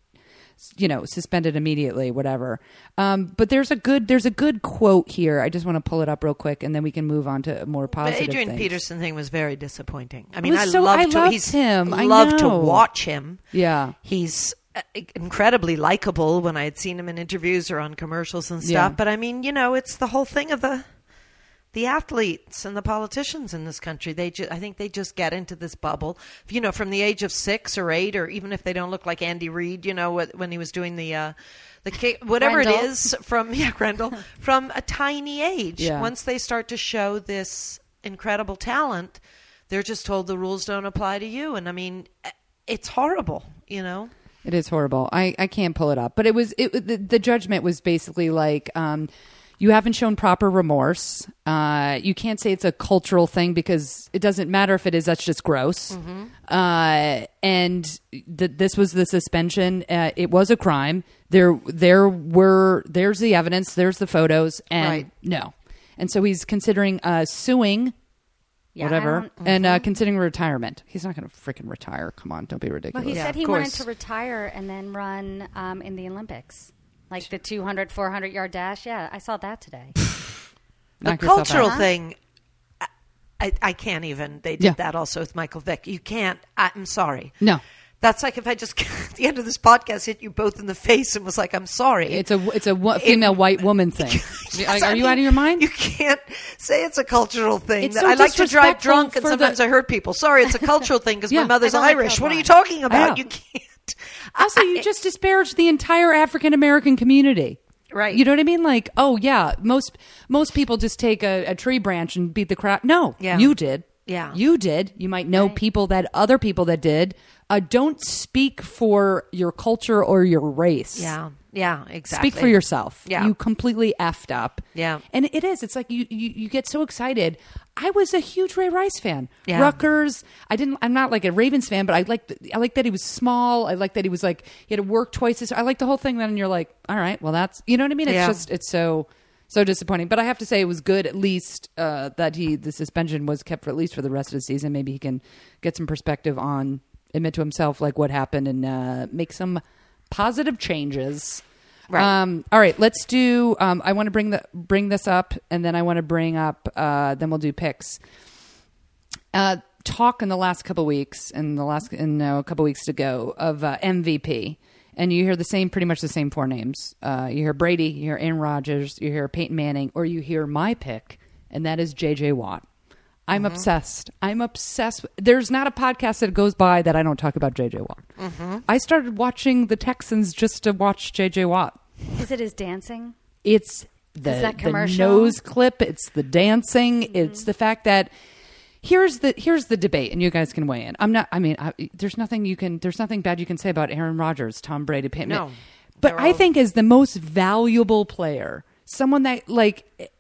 S1: s- you know, suspended immediately, whatever. Um, but there's a good there's a good quote here. I just want to pull it up real quick, and then we can move on to more
S2: the
S1: positive.
S2: Adrian
S1: things.
S2: Peterson thing was very disappointing. I mean,
S1: was
S2: I
S1: so-
S2: love
S1: I
S2: to,
S1: loved
S2: he's,
S1: him. I
S2: love to
S1: know.
S2: watch him.
S1: Yeah.
S2: He's uh, incredibly likable when I had seen him in interviews or on commercials and
S1: Yeah.
S2: stuff. But I mean, you know, it's the whole thing of the the athletes and the politicians in this country. They, ju- I think, they just get into this bubble. You know, from the age of six or eight, or even if they don't look like Andy Reid, you know, wh- when he was doing the. Uh, the ca- whatever it
S3: Grendel.
S2: is from yeah Grendel from a tiny age
S1: Yeah.
S2: once they start to show this incredible talent, they're just told the rules don't apply to you. And I mean, e, it's horrible, you know?
S1: It is horrible. I, I can't pull it up, but it was it the, the judgment was basically like um, you haven't shown proper remorse. Uh, you can't say it's a cultural thing because it doesn't matter if it is. That's just gross.
S3: Mm-hmm.
S1: Uh, and th- this was the suspension. Uh, it was a crime. There there were there's the evidence. There's the photos. And
S2: Right.
S1: no, and so he's considering uh, suing
S3: Yeah, I
S1: whatever
S3: don't- mm-hmm.
S1: and uh, considering retirement. He's not going to freaking retire. Come on, don't be
S3: Well,
S1: ridiculous.
S3: he
S2: Yeah,
S3: said
S2: of
S3: he wanted
S2: course.
S3: to retire and then run um, in the Olympics, like the 200, 400 yard dash. Yeah, I saw that today.
S2: The
S1: Knock yourself out.
S2: cultural thing, I- I, I can't even. They did
S1: Yeah.
S2: that also with Michael Vick. You can't. I, I'm sorry.
S1: No.
S2: That's like if I just at the end of this podcast hit you both in the face and was like, "I'm sorry."
S1: It's a it's a wo- female white woman thing.
S2: Yes,
S1: Like, are
S2: I
S1: you
S2: mean,
S1: out of your mind?
S2: You can't say it's a cultural thing.
S1: It's
S2: that
S1: so
S2: I like to drive
S1: disrespectful
S2: drunk,
S1: for
S2: and
S1: the-
S2: sometimes I hurt people. Sorry, it's a cultural thing because
S1: Yeah.
S2: my mother's
S3: I don't like
S2: Irish. What are you
S3: Beltline.
S2: talking about?
S1: know.
S2: You can't.
S1: also, you just disparaged the entire African American community.
S2: Right.
S1: You know what I mean? Like, oh yeah, most most people just take a, a tree branch and beat the crowd. No,
S2: Yeah.
S1: you did.
S2: Yeah.
S1: you did. You might know people that other people that did. Uh, don't speak for your culture or your race.
S2: Yeah, yeah, exactly.
S1: Speak for yourself.
S2: Yeah.
S1: You completely effed up.
S2: Yeah.
S1: And it is. It's like you, you, you get so excited. I was a huge Ray Rice fan.
S2: Yeah.
S1: Rutgers. I didn't I'm not like a Ravens fan, but I liked I liked that he was small. I liked that he was like he had to work twice as I like the whole thing then and you're like, all right, well that's you know what I mean? It's
S2: Yeah.
S1: just it's so so disappointing. But I have to say it was good at least uh, that he the suspension was kept for at least for the rest of the season. Maybe he can get some perspective on admit to himself like what happened and uh, make some positive changes.
S2: Right.
S1: Um, all right, let's do. Um, I want to bring the bring this up, and then I want to bring up. Uh, then we'll do picks. Uh, talk in the last couple weeks, and the last in no, a couple weeks to go of uh, MVP, and you hear the same, pretty much the same four names. Uh, you hear Brady, you hear Aaron Rodgers, you hear Peyton Manning, or you hear my pick, and that is J.J. Watt. I'm obsessed. I'm obsessed. There's not a podcast that goes by that I don't talk about J.J. Watt. I started watching the Texans just to watch J.J. Watt.
S3: Is it his dancing?
S1: It's the,
S3: Is that
S1: the
S3: commercial?
S1: nose clip. It's the dancing. It's the fact that here's the here's the debate, and you guys can weigh in. I'm not. I mean, I, there's nothing you can. There's nothing bad you can say about Aaron Rodgers, Tom Brady, Pittman.
S2: No.
S1: but
S2: They're
S1: I
S2: all-
S1: think is the most valuable player, someone that like.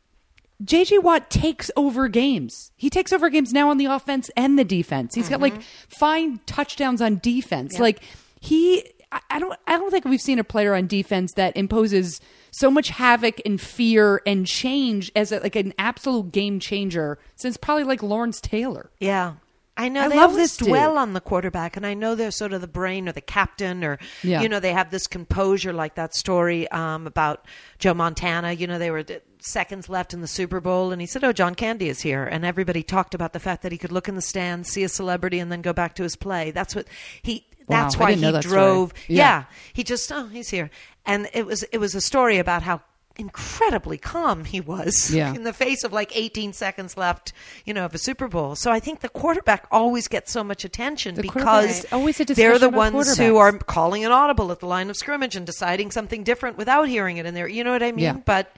S1: JJ Watt takes over games. He takes over games now on the offense and the defense. He's got like fine touchdowns on defense. Like he I- I don't I don't think we've seen a player on defense that imposes so much havoc and fear and change as a, like an absolute game changer since probably like Lawrence Taylor.
S2: Yeah. I know
S1: I
S2: they
S1: love
S2: always
S1: this dude.
S2: dwell on the quarterback, and I know they're sort of the brain or the captain, or
S1: Yeah.
S2: you know they have this composure, like that story um, about Joe Montana. You know they were d- seconds left in the Super Bowl, and he said, "Oh, John Candy is here," and everybody talked about the fact that he could look in the stands, see a celebrity, and then go back to his play. That's what he.
S1: Wow,
S2: That's
S1: I
S2: why
S1: didn't know
S2: he
S1: that story.
S2: drove.
S1: Yeah.
S2: yeah, he just oh he's here and it was it was a story about how incredibly calm he was
S1: Yeah.
S2: in the face of like 18 seconds left you know of a super bowl so i think the quarterback always gets so much attention
S1: The quarterback-
S2: because
S1: Right. Always a
S2: they're the
S1: discussion about
S2: ones who
S1: quarterbacks.
S2: are calling an audible at the line of scrimmage and deciding something different without hearing it in there you know what i mean
S1: Yeah.
S2: but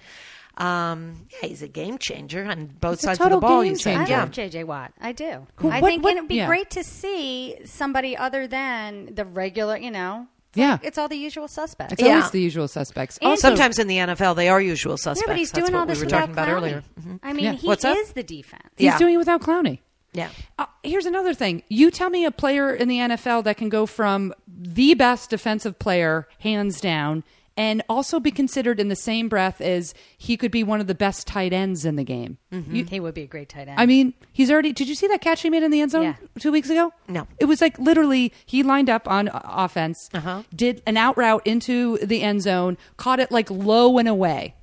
S2: um yeah, he's a game changer on both
S1: He's a
S2: sides of the
S1: total
S2: ball
S1: game
S2: you say
S1: changer.
S3: I
S2: yeah
S3: love JJ Watt. I do.
S1: Who-
S3: I
S1: what-
S3: think
S1: what-
S3: and it'd be
S1: yeah.
S3: great to see somebody other than the regular, you know. It's
S1: Yeah.
S3: like- it's all the usual suspects.
S1: It's
S2: Yeah.
S1: always the usual suspects.
S3: And-
S1: Also,
S2: sometimes in the nfl they are usual suspects
S3: yeah, but he's
S2: That's
S3: doing
S2: what
S3: all this
S2: we were
S3: without
S2: talking about
S3: Clowney.
S2: earlier Mm-hmm.
S3: I mean,
S1: Yeah.
S3: he
S2: What's up?
S3: is the defense.
S1: he's
S2: yeah.
S1: doing it without Clowney.
S2: yeah
S1: Uh, here's another thing. You tell me a player in the NFL that can go from the best defensive player, hands down, and also be considered in the same breath as he could be one of the best tight ends in the game.
S2: Mm-hmm.
S3: he would be a great tight end.
S1: I mean, he's already. Did you see that catch he made in the end zone
S3: Yeah.
S1: two weeks ago?
S2: No.
S1: It was like literally he lined up on uh, offense,
S2: Uh-huh.
S1: did an out route into the end zone, caught it like low and away.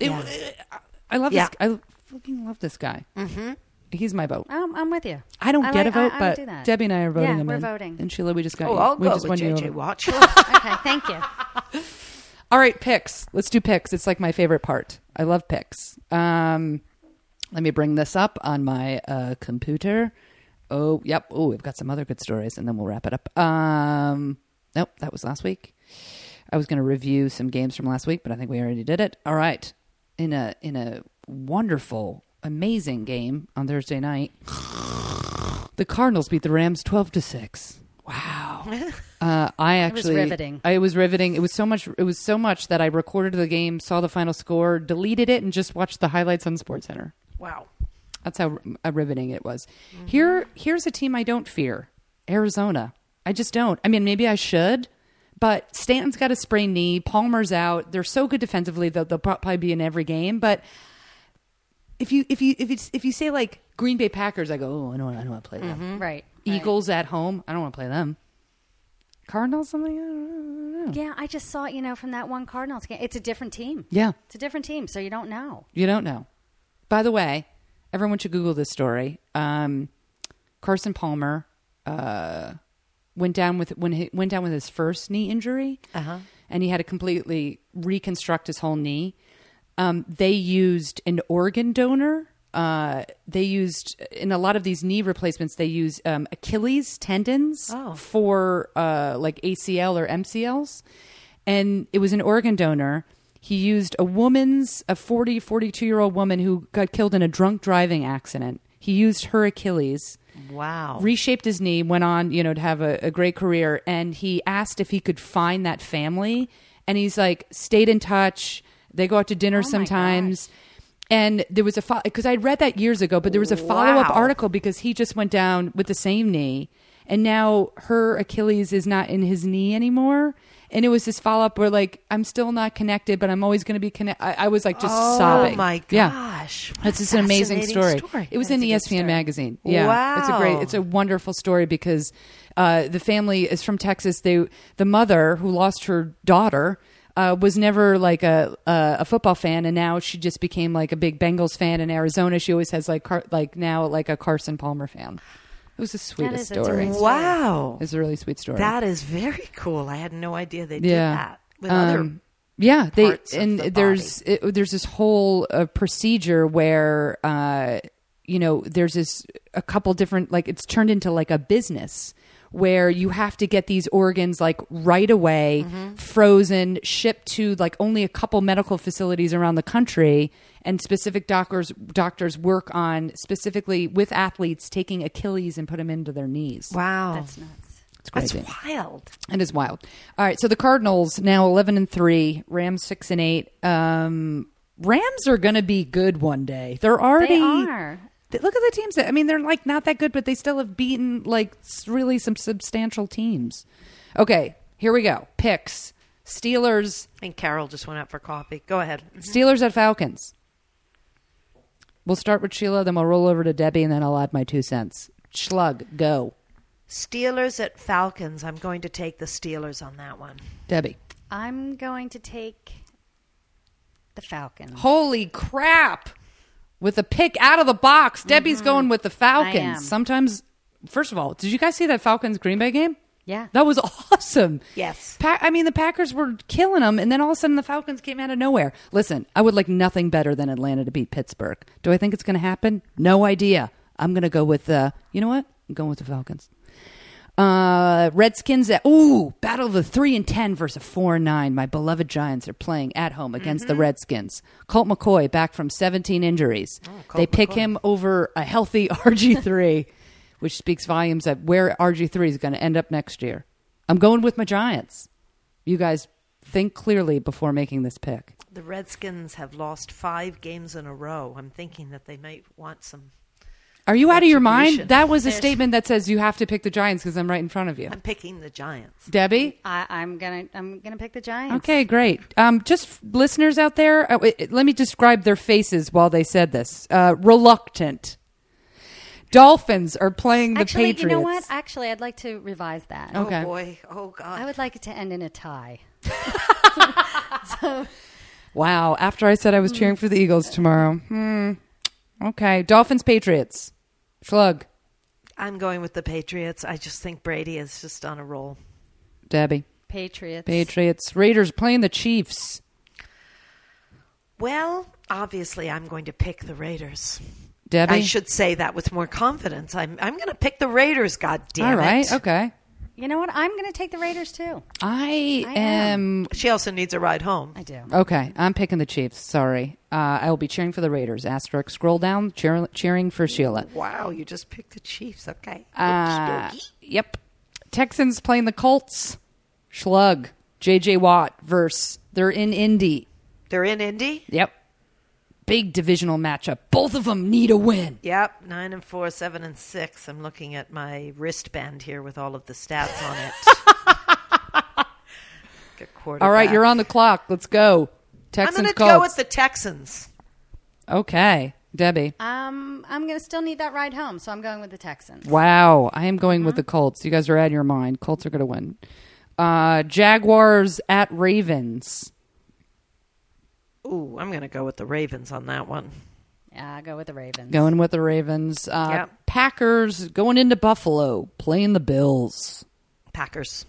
S1: It-
S2: Yeah.
S1: I love
S2: Yeah.
S1: this. I fucking love this guy. Mm-hmm. He's my vote.
S3: I'm, Oh, I'm with you.
S1: I don't get
S3: like-
S1: a vote,
S3: I- I would do
S1: but
S3: that.
S1: Debbie and I are voting
S3: Yeah,
S1: him
S3: we're
S1: in.
S3: voting.
S1: And Sheila, we just got
S2: oh
S1: you.
S2: i'll
S1: we
S2: go
S1: just won
S2: with
S1: you
S2: jj
S1: over.
S2: watch
S3: okay, thank you.
S1: All right, picks. Let's do picks. It's like my favorite part. I love picks. Um, let me bring this up on my uh, computer. Oh, yep. Oh, we've got some other good stories, and then we'll wrap it up. Um, nope, that was last week. I was going to review some games from last week, but I think we already did it. All right, in a in a wonderful, amazing game on Thursday night, the Cardinals beat the Rams twelve to six. Wow. Uh, I
S3: was
S1: actually
S3: riveting.
S1: I- it was riveting. It was so much. It was so much that I recorded the game, saw the final score, deleted it, and just watched the highlights on Sports Center.
S2: wow
S1: That's how uh, riveting it was.
S3: Mm-hmm.
S1: Here, here's a team I don't fear: Arizona. I just don't. I mean, maybe I should, but Stanton's got a sprained knee. Palmer's out. They're so good defensively that they'll probably be in every game. But if you if you if it's if you say like Green Bay Packers, I go, oh, I don't I don't want to play them.
S3: right.
S1: Eagles at home, I don't want to play them. Cardinals, something. I don't know.
S3: Yeah, I just saw it, you know, from that one Cardinals game. It's a different team.
S1: Yeah.
S3: It's a different team, so you don't know.
S1: You don't know. By the way, everyone should Google this story. Um, Carson Palmer uh, went down with when he went down with his first knee injury,
S2: Uh-huh.
S1: and he had to completely reconstruct his whole knee. Um, they used an organ donor. Uh, they used in a lot of these knee replacements. They use um, Achilles tendons
S2: Oh.
S1: for uh, like ACL or MCLs, and it was an organ donor. He used a woman's, a 40, 42 year old woman who got killed in a drunk driving accident. He used her Achilles
S2: Wow.
S1: reshaped his knee, went on, you know, to have a, a great career. And he asked if he could find that family. And he's like, stayed in touch. They go out to
S2: Oh
S1: dinner sometimes. And there was a because I read that years ago, but there was a follow up
S2: Wow.
S1: article because he just went down with the same knee, and now her Achilles is not in his knee anymore. And it was this follow up where like I'm still not connected, but I'm always going to be connected. I, I was like just
S2: oh
S1: sobbing.
S2: my
S1: Yeah.
S2: gosh. What
S1: It's
S2: a
S1: just an amazing story.
S2: fascinating story.
S1: It was
S2: That's
S1: in E
S2: a good
S1: ESPN
S2: story.
S1: magazine. Yeah, it's a
S2: Wow.
S1: great, it's a wonderful story because uh, the family is from Texas. They, the mother who lost her daughter. Uh, was never like a, a a football fan, and now she just became like a big Bengals fan in Arizona. She always has like car, like now like a Carson Palmer fan. It was the sweetest
S3: is- that's a
S1: story.
S3: great story.
S2: Wow.
S1: It's a really sweet story.
S2: That is very cool. I had no idea they did
S1: Yeah.
S2: that with
S1: Um, yeah, they
S2: parts of
S1: and
S2: the
S1: there's it, there's this whole uh, procedure where uh, you know there's this a couple different like it's turned into like a business where you have to get these organs like right away
S2: Mm-hmm.
S1: frozen shipped to like only a couple medical facilities around the country and specific doctors doctors work on specifically with athletes taking achilles and put them into their knees
S2: other. Wow.
S3: That's nuts.
S1: it's
S2: That's
S1: crazy.
S2: wild.
S1: It is wild. All right, so the Cardinals now eleven and three, Rams six and eight. Um, Rams are going to be good one day. They're already.
S3: They are.
S1: Th- Look at the teams. That, I mean, they're like not that good, but they still have beaten like s- really some substantial teams. Okay, here we go. Picks: Steelers,
S2: And Carol just went out for coffee. Go ahead.
S1: Steelers at Falcons. We'll start with Sheila, then we'll roll over to Debbie, and then I'll add my two cents. Schlug, go,
S2: Steelers at Falcons. I'm going to take the Steelers on that one.
S1: Debbie.
S3: I'm going to take the Falcons.
S1: Holy crap! With a pick out of the box, Debbie's going with the
S3: Mm-hmm. I am.
S1: Falcons. Sometimes, first of all, did you guys see that Falcons Green Bay game?
S3: Yeah.
S1: that was awesome.
S2: Yes.
S1: Pa- I mean the Packers were killing them, and then all of a sudden the Falcons came out of nowhere. Listen, I would like nothing better than Atlanta to beat Pittsburgh. Do I think it's going to happen? No idea. I'm going to go with uh, you know what? I'm going with the Falcons. Uh, Redskins at ooh battle of the three and ten versus four and nine. My beloved Giants are playing at home against the Redskins. Colt McCoy back from seventeen injuries. they pick him over a healthy RG three, which speaks volumes of where RG three is going to end up next year. I'm going with my Giants. You guys think clearly before making this pick.
S2: The Redskins have lost five games in a row. I'm thinking that they might want some.
S1: Are you out of your mind?
S2: Retribution.
S1: That was a
S3: There's-
S1: statement that says you have to pick the Giants because I'm right in front of you,
S2: I'm picking the Giants.
S1: Debbie.
S3: I, I'm gonna I'm gonna pick the Giants.
S1: Okay, great. Um, just f- listeners out there, uh, wait, let me describe their faces while they said this. Uh, reluctant. Dolphins are playing the
S3: Actually,
S1: Patriots.
S3: you know what? Actually, I'd like to revise that.
S1: Okay.
S2: Oh, boy. Oh, God.
S3: I would like it to end in a tie.
S1: Wow. After I said I was cheering for the Eagles tomorrow. Hmm. Okay. Dolphins, Patriots. Schlug,
S2: I'm going with the Patriots. I just think Brady is just on a roll.
S1: Debbie.
S3: Patriots.
S1: Patriots. Raiders playing the Chiefs.
S2: Well, obviously, I'm going to pick the Raiders.
S1: Debbie.
S2: I should say that with more confidence. I'm I'm going to pick the Raiders. God damn
S1: All right.
S2: it!
S1: Okay.
S3: You know what? I'm gonna take the Raiders too.
S1: I,
S3: I
S1: am
S3: am.
S2: She also needs a ride home.
S3: I do.
S1: Okay, I'm picking the Chiefs. Sorry, uh, I will be cheering for the Raiders. Asterisk. Scroll down, cheer, cheering for Sheila.
S2: Wow, you just picked the Chiefs. Okay.
S1: Uh,
S2: Okey-dokey.
S1: yep. Texans playing the Colts. Schlug. JJ Watt verse. They're in Indy.
S2: They're in Indy.
S1: Yep. Big divisional matchup. Both of them need a win.
S2: Yep, nine and four, seven and six. I'm looking at my wristband here with all of the stats on it. Good quarterback.
S1: All right, you're on the clock. Let's go.
S2: I'm
S1: Texans
S2: going to
S1: Colts.
S2: go with the Texans.
S1: okay, Debbie.
S3: Um, I'm gonna still need that ride home, so I'm going with the Texans.
S1: Wow, I am going with the Colts. You guys are out of your mind. Colts are going to win. Uh, Jaguars at Ravens.
S2: Ooh, I'm going to go with the Ravens on that one.
S3: Yeah, I'll go with the Ravens.
S1: Going with the Ravens. Uh,
S2: Yep.
S1: Packers going into Buffalo, playing the Bills.
S2: Packers.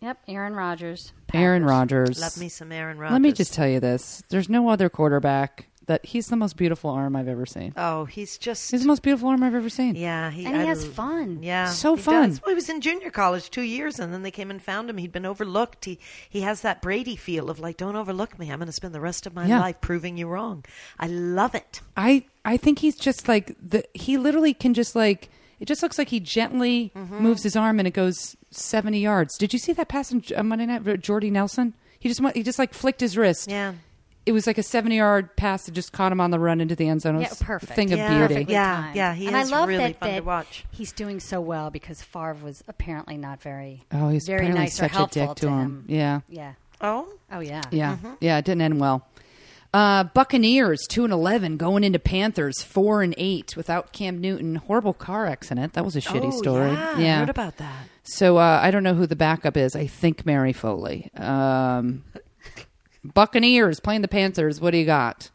S3: Yep, Aaron Rodgers.
S1: Aaron
S3: Packers.
S1: Rodgers.
S2: Love me some Aaron Rodgers.
S1: Let me just tell you this: there's no other quarterback that he's the most beautiful arm I've ever seen.
S2: Oh, he's just.
S1: He's the most beautiful arm I've ever seen.
S2: yeah,
S3: And he
S2: I
S3: has
S2: l-
S3: fun.
S2: Yeah,
S1: So
S2: he
S1: fun.
S2: does. Well, he was in junior college two years, and then they came and found him. He'd been overlooked. He he has that Brady feel of like, don't overlook me. I'm going to spend the rest of my
S1: Yeah.
S2: life proving you wrong. I love it.
S1: I I think he's just like the he literally can just like it just looks like he gently
S3: Mm-hmm.
S1: moves his arm and it goes 70 yards. Did you see that pass on J- on Monday night for Jordy Nelson? He just went, he just like flicked his wrist.
S2: Yeah.
S1: It was like a 70 yard pass that just caught him on the run into the end zone. It
S3: Yeah,
S1: was
S3: perfect.
S1: A thing of
S2: Yeah.
S1: beauty.
S3: Perfectly
S2: Yeah,
S3: timed.
S2: yeah, he
S3: and
S2: is
S3: I love
S2: really
S3: that,
S2: fun to
S3: that
S2: watch.
S3: He's doing so well because Favre was apparently not very.
S1: Oh, he's
S3: very
S1: apparently
S3: nice
S1: such
S3: or
S1: a
S3: helpful Mm-hmm.
S1: dick to him. Yeah.
S3: Yeah.
S2: Oh,
S3: Oh yeah.
S1: Yeah. Yeah, it didn't end well. Uh, Buccaneers two and eleven going into Panthers four and eight without Cam Newton. Horrible car accident. That was a shitty
S2: oh,
S1: story.
S2: Yeah, I heard about that.
S1: So uh, I don't know who the backup is. I think Mary Foley. Um, Buccaneers playing the Panthers. What do you got?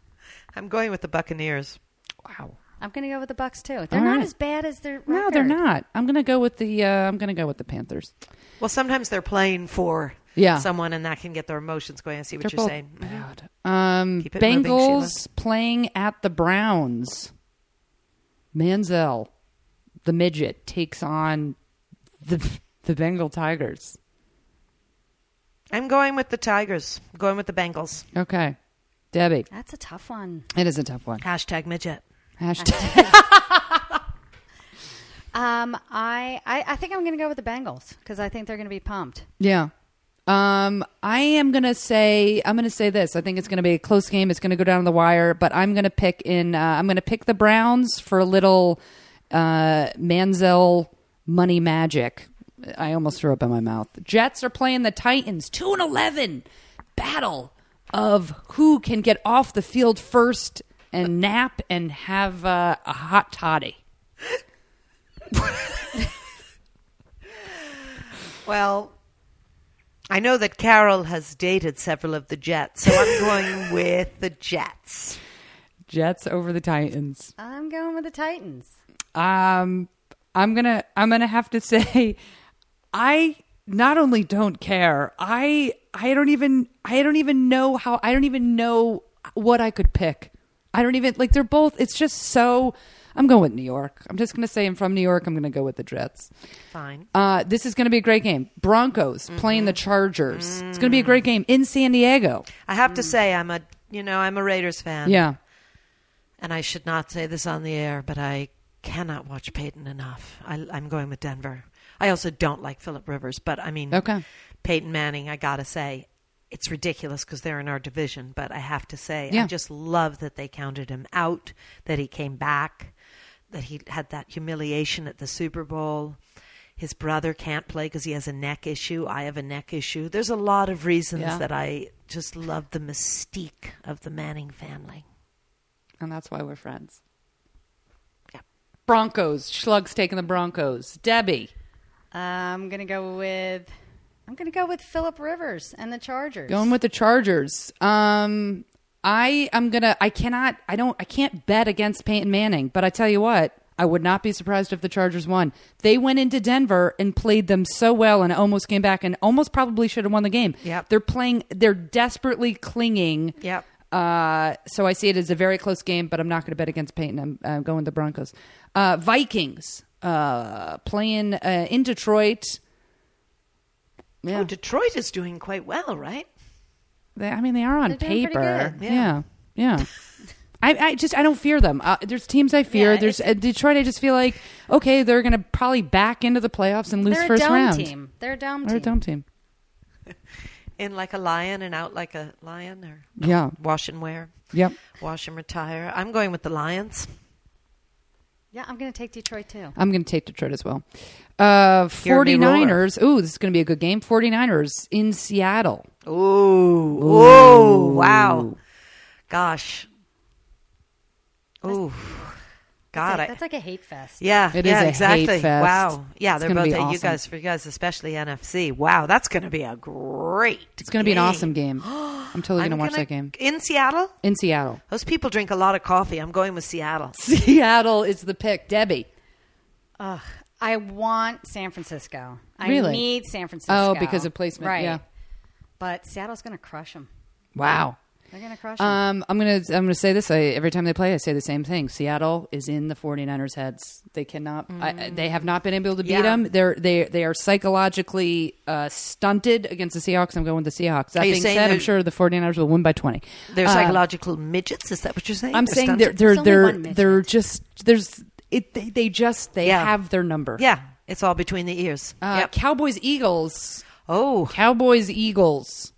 S2: I'm going with the Buccaneers.
S1: Wow.
S3: I'm gonna go with the Bucks too. They're
S1: All
S3: not
S1: right.
S3: as bad as their.
S1: No, they're not. I'm gonna go with the. Uh, I'm gonna go with the Panthers.
S2: Well, sometimes they're playing for
S1: Yeah.
S2: someone, and that can get their emotions going. I see what
S1: They're
S2: you're
S1: both
S2: saying. Mm-hmm.
S1: bad. Um,
S2: Keep it moving,
S1: Bengals playing at the Browns. Manziel, the midget, takes on the the Bengal Tigers.
S2: I'm going with the Tigers. I'm going with the Bengals.
S1: Okay, Debbie,
S3: That's a tough one.
S1: it is a tough one.
S2: Hashtag midget.
S1: Hashtag.
S3: Um, I, I, I think I'm going to go with the Bengals because I think they're going to be pumped.
S1: Yeah. Um, I am gonna say I'm gonna say this. I think it's gonna be a close game. It's gonna go down to the wire, but I'm gonna pick in. Uh, I'm gonna pick the Browns for a little uh, Manziel money magic. I almost threw up in my mouth. Jets are playing the Titans. Two and eleven battle of who can get off the field first and nap and have uh, a hot toddy.
S2: Well, I know that Carol has dated several of the Jets, so I'm going with the Jets.
S1: Jets over the Titans.
S3: I'm going with the Titans.
S1: um i'm gonna i'm gonna have to say i not only don't care i i don't even i don't even know how i don't even know what i could pick i don't even like they're both it's just so i'm going with new york i'm just gonna say i'm from new york i'm gonna go with the jets
S2: Fine.
S1: uh, this is going to be a great game. Broncos playing the Chargers. It's going to be a great game in San Diego.
S2: I have to say, I'm a you know I'm a Raiders fan.
S1: Yeah.
S2: and I should not say this on the air, but I cannot watch Peyton enough. I, I'm going with Denver. I also don't like Philip Rivers, but I mean,
S1: Okay.
S2: Peyton Manning. I gotta say, it's ridiculous because they're in our division. But I have to say,
S1: Yeah.
S2: I just love that they counted him out, that he came back, that he had that humiliation at the Super Bowl. His brother can't play because he has a neck issue. I have a neck issue. There's a lot of reasons
S1: Yeah.
S2: that I just love the mystique of the Manning family.
S1: And that's why we're friends.
S2: Yeah.
S1: Broncos. Schlug's taking the Broncos. Debbie.
S3: I'm going to go with I'm going to go with Philip Rivers and the Chargers.
S1: Going with the Chargers. Um, I am gonna. I cannot. I don't. I can't bet against Peyton Manning. But I tell you what, I would not be surprised if the Chargers won. They went into Denver and played them so well, and almost came back, and almost probably should have won the game.
S2: Yep.
S1: They're playing. They're desperately clinging.
S2: Yep.
S1: Uh, so I see it as a very close game, but I'm not going to bet against Peyton. I'm, I'm going the Broncos. Uh, Vikings uh, playing uh, in Detroit. Yeah.
S2: Oh, Detroit is doing quite well, right?
S1: They, I mean, they are on
S3: They're doing pretty
S1: paper.
S3: good.
S1: Yeah, yeah. I, I just I don't fear them. Uh, there's teams I fear.
S3: Yeah,
S1: there's uh, Detroit. I just feel like okay, they're going to probably back into the playoffs and lose
S3: they're
S1: first
S3: a dome
S1: round.
S3: team. They're a dome
S1: They're a
S3: team.
S1: dome team.
S2: In like a lion and out like a lion, or
S1: Yeah.
S2: wash and wear,
S1: Yep.
S2: wash and retire. I'm going with the Lions.
S3: Yeah, I'm going to take Detroit too.
S1: I'm going to take Detroit as well. Uh,
S2: Hear me roar.
S1: 49ers. Ooh, this is going to be a good game. 49ers in Seattle.
S2: Ooh, ooh, wow, gosh, ooh, God,
S3: That's,
S2: I,
S3: that's like a hate fest.
S2: yeah,
S1: It is a
S2: yeah,
S1: hate
S2: exactly.
S1: fest.
S2: Wow, yeah,
S1: It's
S2: they're
S1: gonna
S2: both
S1: be
S2: at you
S1: awesome.
S2: guys for you guys, especially NFC. Wow, that's going to be a great.
S1: It's going to be an awesome game. I'm totally going to watch that game
S2: in Seattle.
S1: in Seattle.
S2: Those people drink a lot of coffee. I'm going with Seattle.
S1: Seattle is the pick. Debbie.
S3: Ugh, I want San Francisco. I
S1: Really?
S3: need San Francisco.
S1: Oh, because of placement,
S3: Right.
S1: yeah.
S3: But Seattle's going to crush them.
S1: Wow.
S3: They're going to crush them.
S1: Um, I'm gonna I'm gonna say this I, every time they play. I say the same thing. Seattle is in the 49ers' heads. They cannot. I, they have not been able to beat
S2: Mm. Yeah.
S1: them. They're they they are psychologically uh, stunted against the Seahawks. I'm going with the Seahawks. That
S2: Are you
S1: being
S2: saying
S1: said, I'm
S2: they're-
S1: sure the 49ers will win by 20.
S2: They're
S1: Uh,
S2: psychological midgets. Is that what you're saying?
S1: I'm
S2: They're
S1: saying
S2: stunted?
S1: they're they're
S3: There's only
S1: they're,
S3: one midget.
S1: they're just there's it. They, they just they
S2: Yeah.
S1: have their number.
S2: yeah. It's all between the ears.
S1: Uh,
S2: yep.
S1: Cowboys Eagles.
S2: oh
S1: Cowboys Eagles.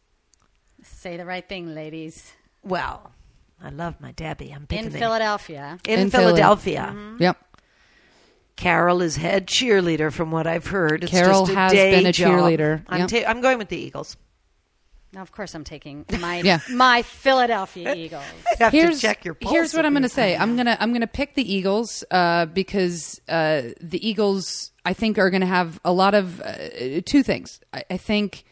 S3: Say the right thing, ladies.
S2: well. I love my Debbie. I'm picking
S3: In
S2: it.
S3: Philadelphia,
S2: In,
S1: In Philly.
S2: Philadelphia.
S1: Yep.
S2: Carol is head cheerleader, from what I've heard. It's
S1: Carol
S2: just a
S1: has
S2: day
S1: been a
S2: job.
S1: cheerleader.
S2: I'm,
S1: Yep.
S2: ta- I'm going with the Eagles.
S3: now of course I'm taking my
S1: Yeah.
S3: my Philadelphia Eagles.
S2: You have to check your pulse
S1: Here's what
S2: if
S1: I'm going to
S2: you're-
S1: say. I'm going to I'm going to pick the Eagles uh, because uh, the Eagles I think are going to have a lot of uh, two things. I, I think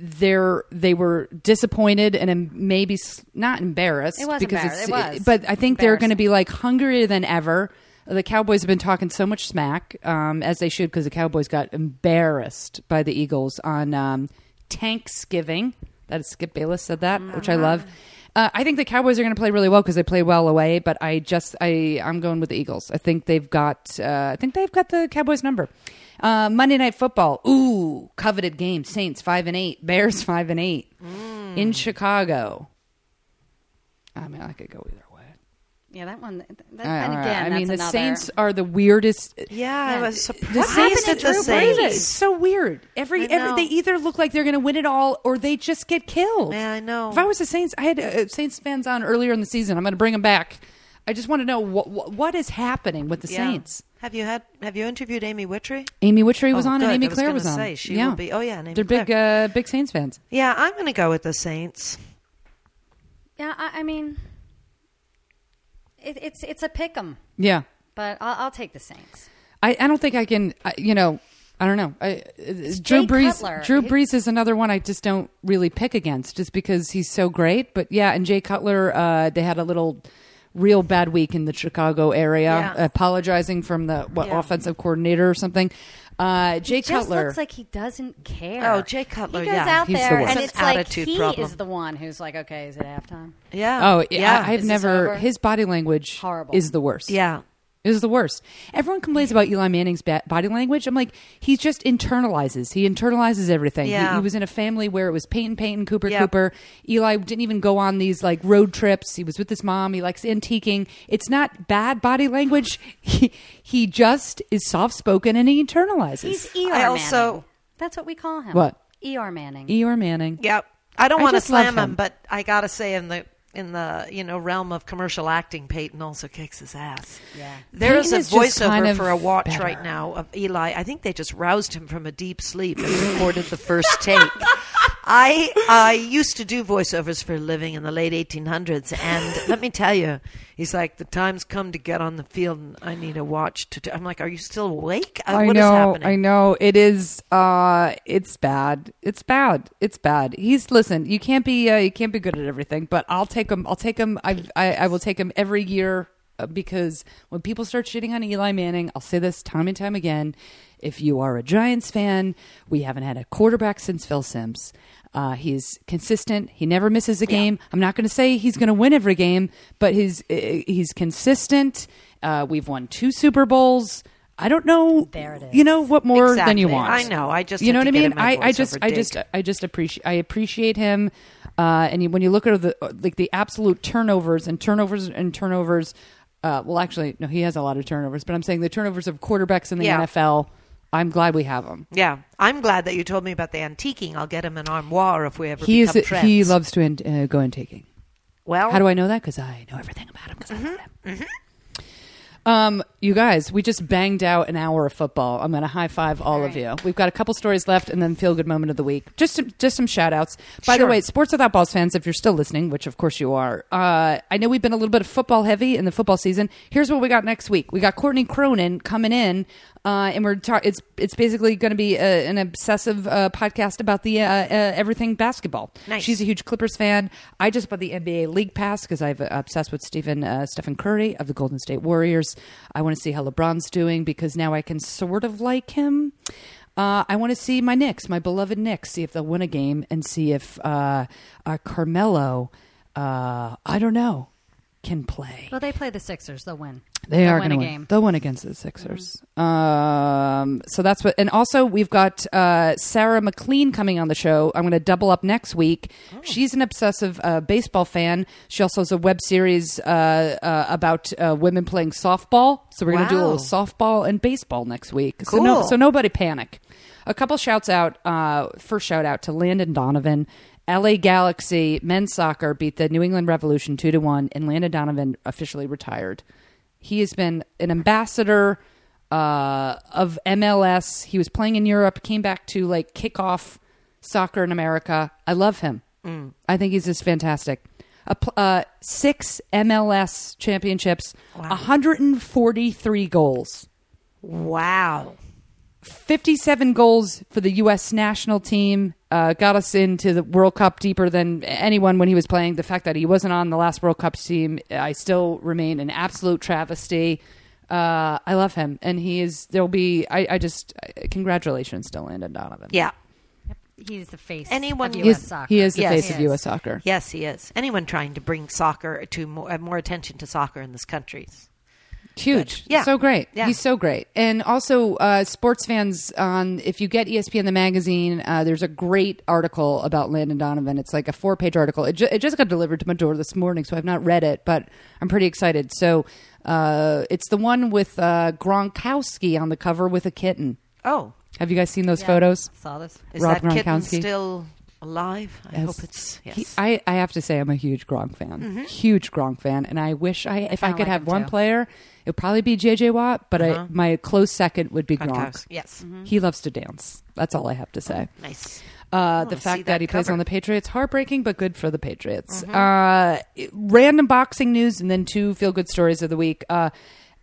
S1: they're they were disappointed and em- maybe s- not embarrassed
S3: It was
S1: because
S3: embarrassed.
S1: it's
S3: It was
S1: but I think they're going to
S3: embarrassing.
S1: be like hungrier than ever. The Cowboys have been talking so much smack um, as they should because the Cowboys got embarrassed by the Eagles on um, Thanksgiving. That is Skip Bayless said that, which I love. Uh, I think the Cowboys are going to play really well because they play well away. But I just I I'm going with the Eagles. I think they've got uh, I think they've got the Cowboys number. Uh, Monday Night Football, ooh, coveted game. Saints five and eight, Bears five and eight in Chicago. I mean, I could go either way.
S3: Yeah, that one. That,
S1: I-
S3: and
S1: all right.
S3: again,
S1: I
S3: that's
S1: mean, the
S3: another-
S1: Saints are the weirdest. uh,
S2: Yeah, I
S3: Yeah.
S2: was
S3: What
S1: What
S2: surprised
S1: happened
S2: at
S1: to
S2: the
S1: Drew Brees? It's
S2: Saints.
S1: so weird. Every,
S2: I
S1: every
S2: know.
S1: they either look like they're going to win it all, or they just get killed.
S2: Yeah, I know.
S1: If I was a Saints, I had uh, Saints fans on earlier in the season. I'm going to bring them back. I just want to know what what, what is happening with the
S2: Yeah.
S1: Saints.
S2: Have you had? Have you interviewed Amy Witry?
S1: Amy Witchery was
S2: Oh,
S1: on, and
S2: good.
S1: Amy
S2: I was
S1: Claire
S2: gonna
S1: was on.
S2: say, she
S1: yeah.
S2: will be- oh, yeah, and Amy
S1: they're big uh, big Saints fans.
S2: Yeah, I'm going to go with the Saints.
S3: Yeah, I, I mean, it, it's it's a pick 'em,
S1: Yeah,
S3: but I'll, I'll take the Saints.
S1: I, I don't think I can. I, you know, I don't know. I, Drew
S3: Jay
S1: Brees.
S3: Cutler.
S1: Drew
S3: He-
S1: Brees is another one I just don't really pick against, just because he's so great. But yeah, and Jay Cutler, uh, they had a little real bad week in the Chicago area,
S2: Yeah.
S1: apologizing from the what
S2: Yeah.
S1: offensive coordinator or something. Uh, Jay
S3: Just
S1: Cutler.
S3: looks like he doesn't care.
S2: Oh, Jay Cutler,
S3: He goes
S2: yeah.
S3: out
S1: He's the
S3: there,
S1: worst.
S3: and
S2: It's
S3: it's
S2: an
S3: like
S2: attitude
S3: he
S2: problem.
S3: is the one who's like, okay, is it halftime?
S2: Yeah.
S1: oh yeah, I, have
S3: Is this
S1: never.
S3: over?
S1: His body language
S3: Horrible.
S1: is the worst.
S2: yeah.
S1: is the worst. Everyone complains about Eli Manning's ba- body language. I'm like, he just internalizes. He internalizes everything. He- He,
S2: Yeah.
S1: was in a family where it was Peyton, Peyton, Cooper,
S2: Yeah.
S1: Cooper. Eli didn't even go on these like road trips. He was with his mom. He likes antiquing. It's not bad body language. He, he just is soft spoken and he internalizes.
S3: He's
S2: I
S3: ER Manning.
S2: also-
S3: That's what we call him.
S1: What? E
S3: ER Manning.
S1: Eeyore Manning.
S2: Yep. I don't
S1: I
S2: want to
S1: just love
S2: slam him.
S1: him.
S2: but I got to say in the in the you know realm of commercial acting, Peyton also kicks his ass.
S3: Yeah.
S2: There is
S1: Peyton is
S2: a
S1: just
S2: voiceover
S1: kind of
S2: for a watch
S1: better.
S2: right now of Eli. I think they just roused him from a deep sleep and recorded the first take. I I used to do voiceovers for a living in the late 1800s, and let me tell you, he's like, the time's come to get on the field, and I need a watch to. Do. I'm like, are you still awake? Uh,
S1: I
S2: what is
S1: know,
S2: happening?
S1: I know. It is. Uh, it's bad. It's bad. It's bad. He's listen. You can't be. Uh, you can't be good at everything. But I'll take him. I'll take him. I've, I I will take him every year uh, because when people start shitting on Eli Manning, I'll say this time and time again. If you are a Giants fan, we haven't had a quarterback since Phil Simms. Uh, he's consistent. He never misses a game. I'm not going to say he's going to win every game, but he's uh, he's consistent. Uh, we've won two Super Bowls. I don't know.
S3: There it is.
S1: You know what more than you
S2: Exactly.
S1: want.
S2: I know. I just
S1: you
S2: had
S1: know what
S2: to
S1: I
S2: get
S1: mean.
S2: in my
S1: I, I
S2: voice
S1: just
S2: over
S1: I just
S2: Dick.
S1: I just appreciate I appreciate him. Uh, and you, when you look at the like the absolute turnovers and turnovers and turnovers, uh, well, actually, no, he has a lot of turnovers. But I'm saying the turnovers of quarterbacks in the
S2: Yeah.
S1: NFL. I'm glad we have him.
S2: Yeah, I'm glad that you told me about the antiquing. I'll get him an armoire if we ever
S1: He is
S2: become friends.
S1: he loves to in, uh, go antiquing.
S2: Well,
S1: How do I know that? Because I know everything about him. Because
S2: Mm-hmm.
S1: I love him. Um, you guys, we just banged out an hour of football. I'm going to high five all of you. We've got a couple stories left, and then feel good moment of the week. Just some, just some shout outs. By the
S2: Sure.
S1: way, sports without balls fans, if you're still listening, which of course you are, uh, I know we've been a little bit of football heavy in the football season. Here's what we got next week. We got Courtney Cronin coming in, uh, and we're ta- it's it's basically going to be uh an obsessive uh, podcast about the uh, uh, everything basketball.
S2: Nice.
S1: She's a huge Clippers fan. I just bought the NBA League Pass because I'm obsessed with Stephen uh, Stephen Curry of the Golden State Warriors. I want to see how LeBron's doing because now I can sort of like him. Uh, I want to see my Knicks, my beloved Knicks, see if they'll win a game and see if uh, uh, Carmelo, uh, I don't know, can play.
S3: Well, they play the Sixers. They'll win.
S1: They
S3: They'll
S1: are
S3: win
S1: going
S3: a
S1: to
S3: game. Mm-hmm.
S1: win. They'll win against the Sixers. Um, so that's what. And also, we've got uh, Sarah McLean coming on the show. I'm going to double up next week.
S3: Oh.
S1: She's an obsessive uh, baseball fan. She also has a web series uh, uh, about uh, women playing softball. So we're going to do a
S2: Wow.
S1: little softball and baseball next week. So
S2: Cool.
S1: no, so nobody panic. A couple shouts out. Uh, first shout out to Landon Donovan. LA Galaxy men's soccer beat the New England Revolution two to one, and Landon Donovan officially retired. He has been an ambassador uh, of MLS. He was playing in Europe, came back to like kick off soccer in America. I love him. I think he's just fantastic. A pl- uh, six MLS championships, 143 goals.
S2: Wow.
S1: 57 goals for the U.S. national team uh, got us into the World Cup deeper than anyone when he was playing. The fact that he wasn't on the last World Cup team, I still remain an absolute travesty. Uh, I love him, and he is. There'll be. I, I just congratulations to Landon Donovan.
S2: Yeah.
S3: He's the face
S2: Anyone-
S3: of
S2: He
S1: he
S3: U.S.
S1: is,
S3: soccer.
S1: he is the
S2: Yes,
S1: face
S2: he
S1: of U.S. soccer.
S2: Yes, he is. Anyone trying to bring soccer to more, uh, more attention to soccer in this country.
S1: huge
S2: Yeah.
S1: so great
S2: Yeah.
S1: he's so great and also uh, sports fans on if you get E espn the magazine uh, there's a great article about landon donovan it's like a four page article it, ju- it just got delivered to my door this morning so i've not read it but i'm pretty excited so uh, it's the one with uh, gronkowski on the cover with a kitten
S2: Oh,
S1: have you guys seen those photos
S3: Saw this.
S2: is
S1: Rob
S2: that kitten
S1: Gronkowski?
S2: still alive? I
S1: Yes.
S2: hope it's yes.
S1: He- I, I have to say I'm a huge Gronk fan, huge Gronk fan, and I wish I if I
S3: kinda
S1: could
S3: Mm-hmm. like
S1: have
S3: him
S1: one
S3: too. Uh-huh.
S1: player, it'd probably be JJ Watt, but I, my close second would be Gronk.
S2: Gronkowski. Yes.
S3: Mm-hmm.
S1: He loves to dance. That's all I have to say.
S2: Nice.
S1: Uh,
S2: wanna
S1: the
S2: see
S1: fact that,
S2: that
S1: he plays
S2: cover. Mm-hmm.
S1: on the Patriots, heartbreaking, but good for the Patriots. Uh, random boxing news and then two feel good stories of the week. Uh,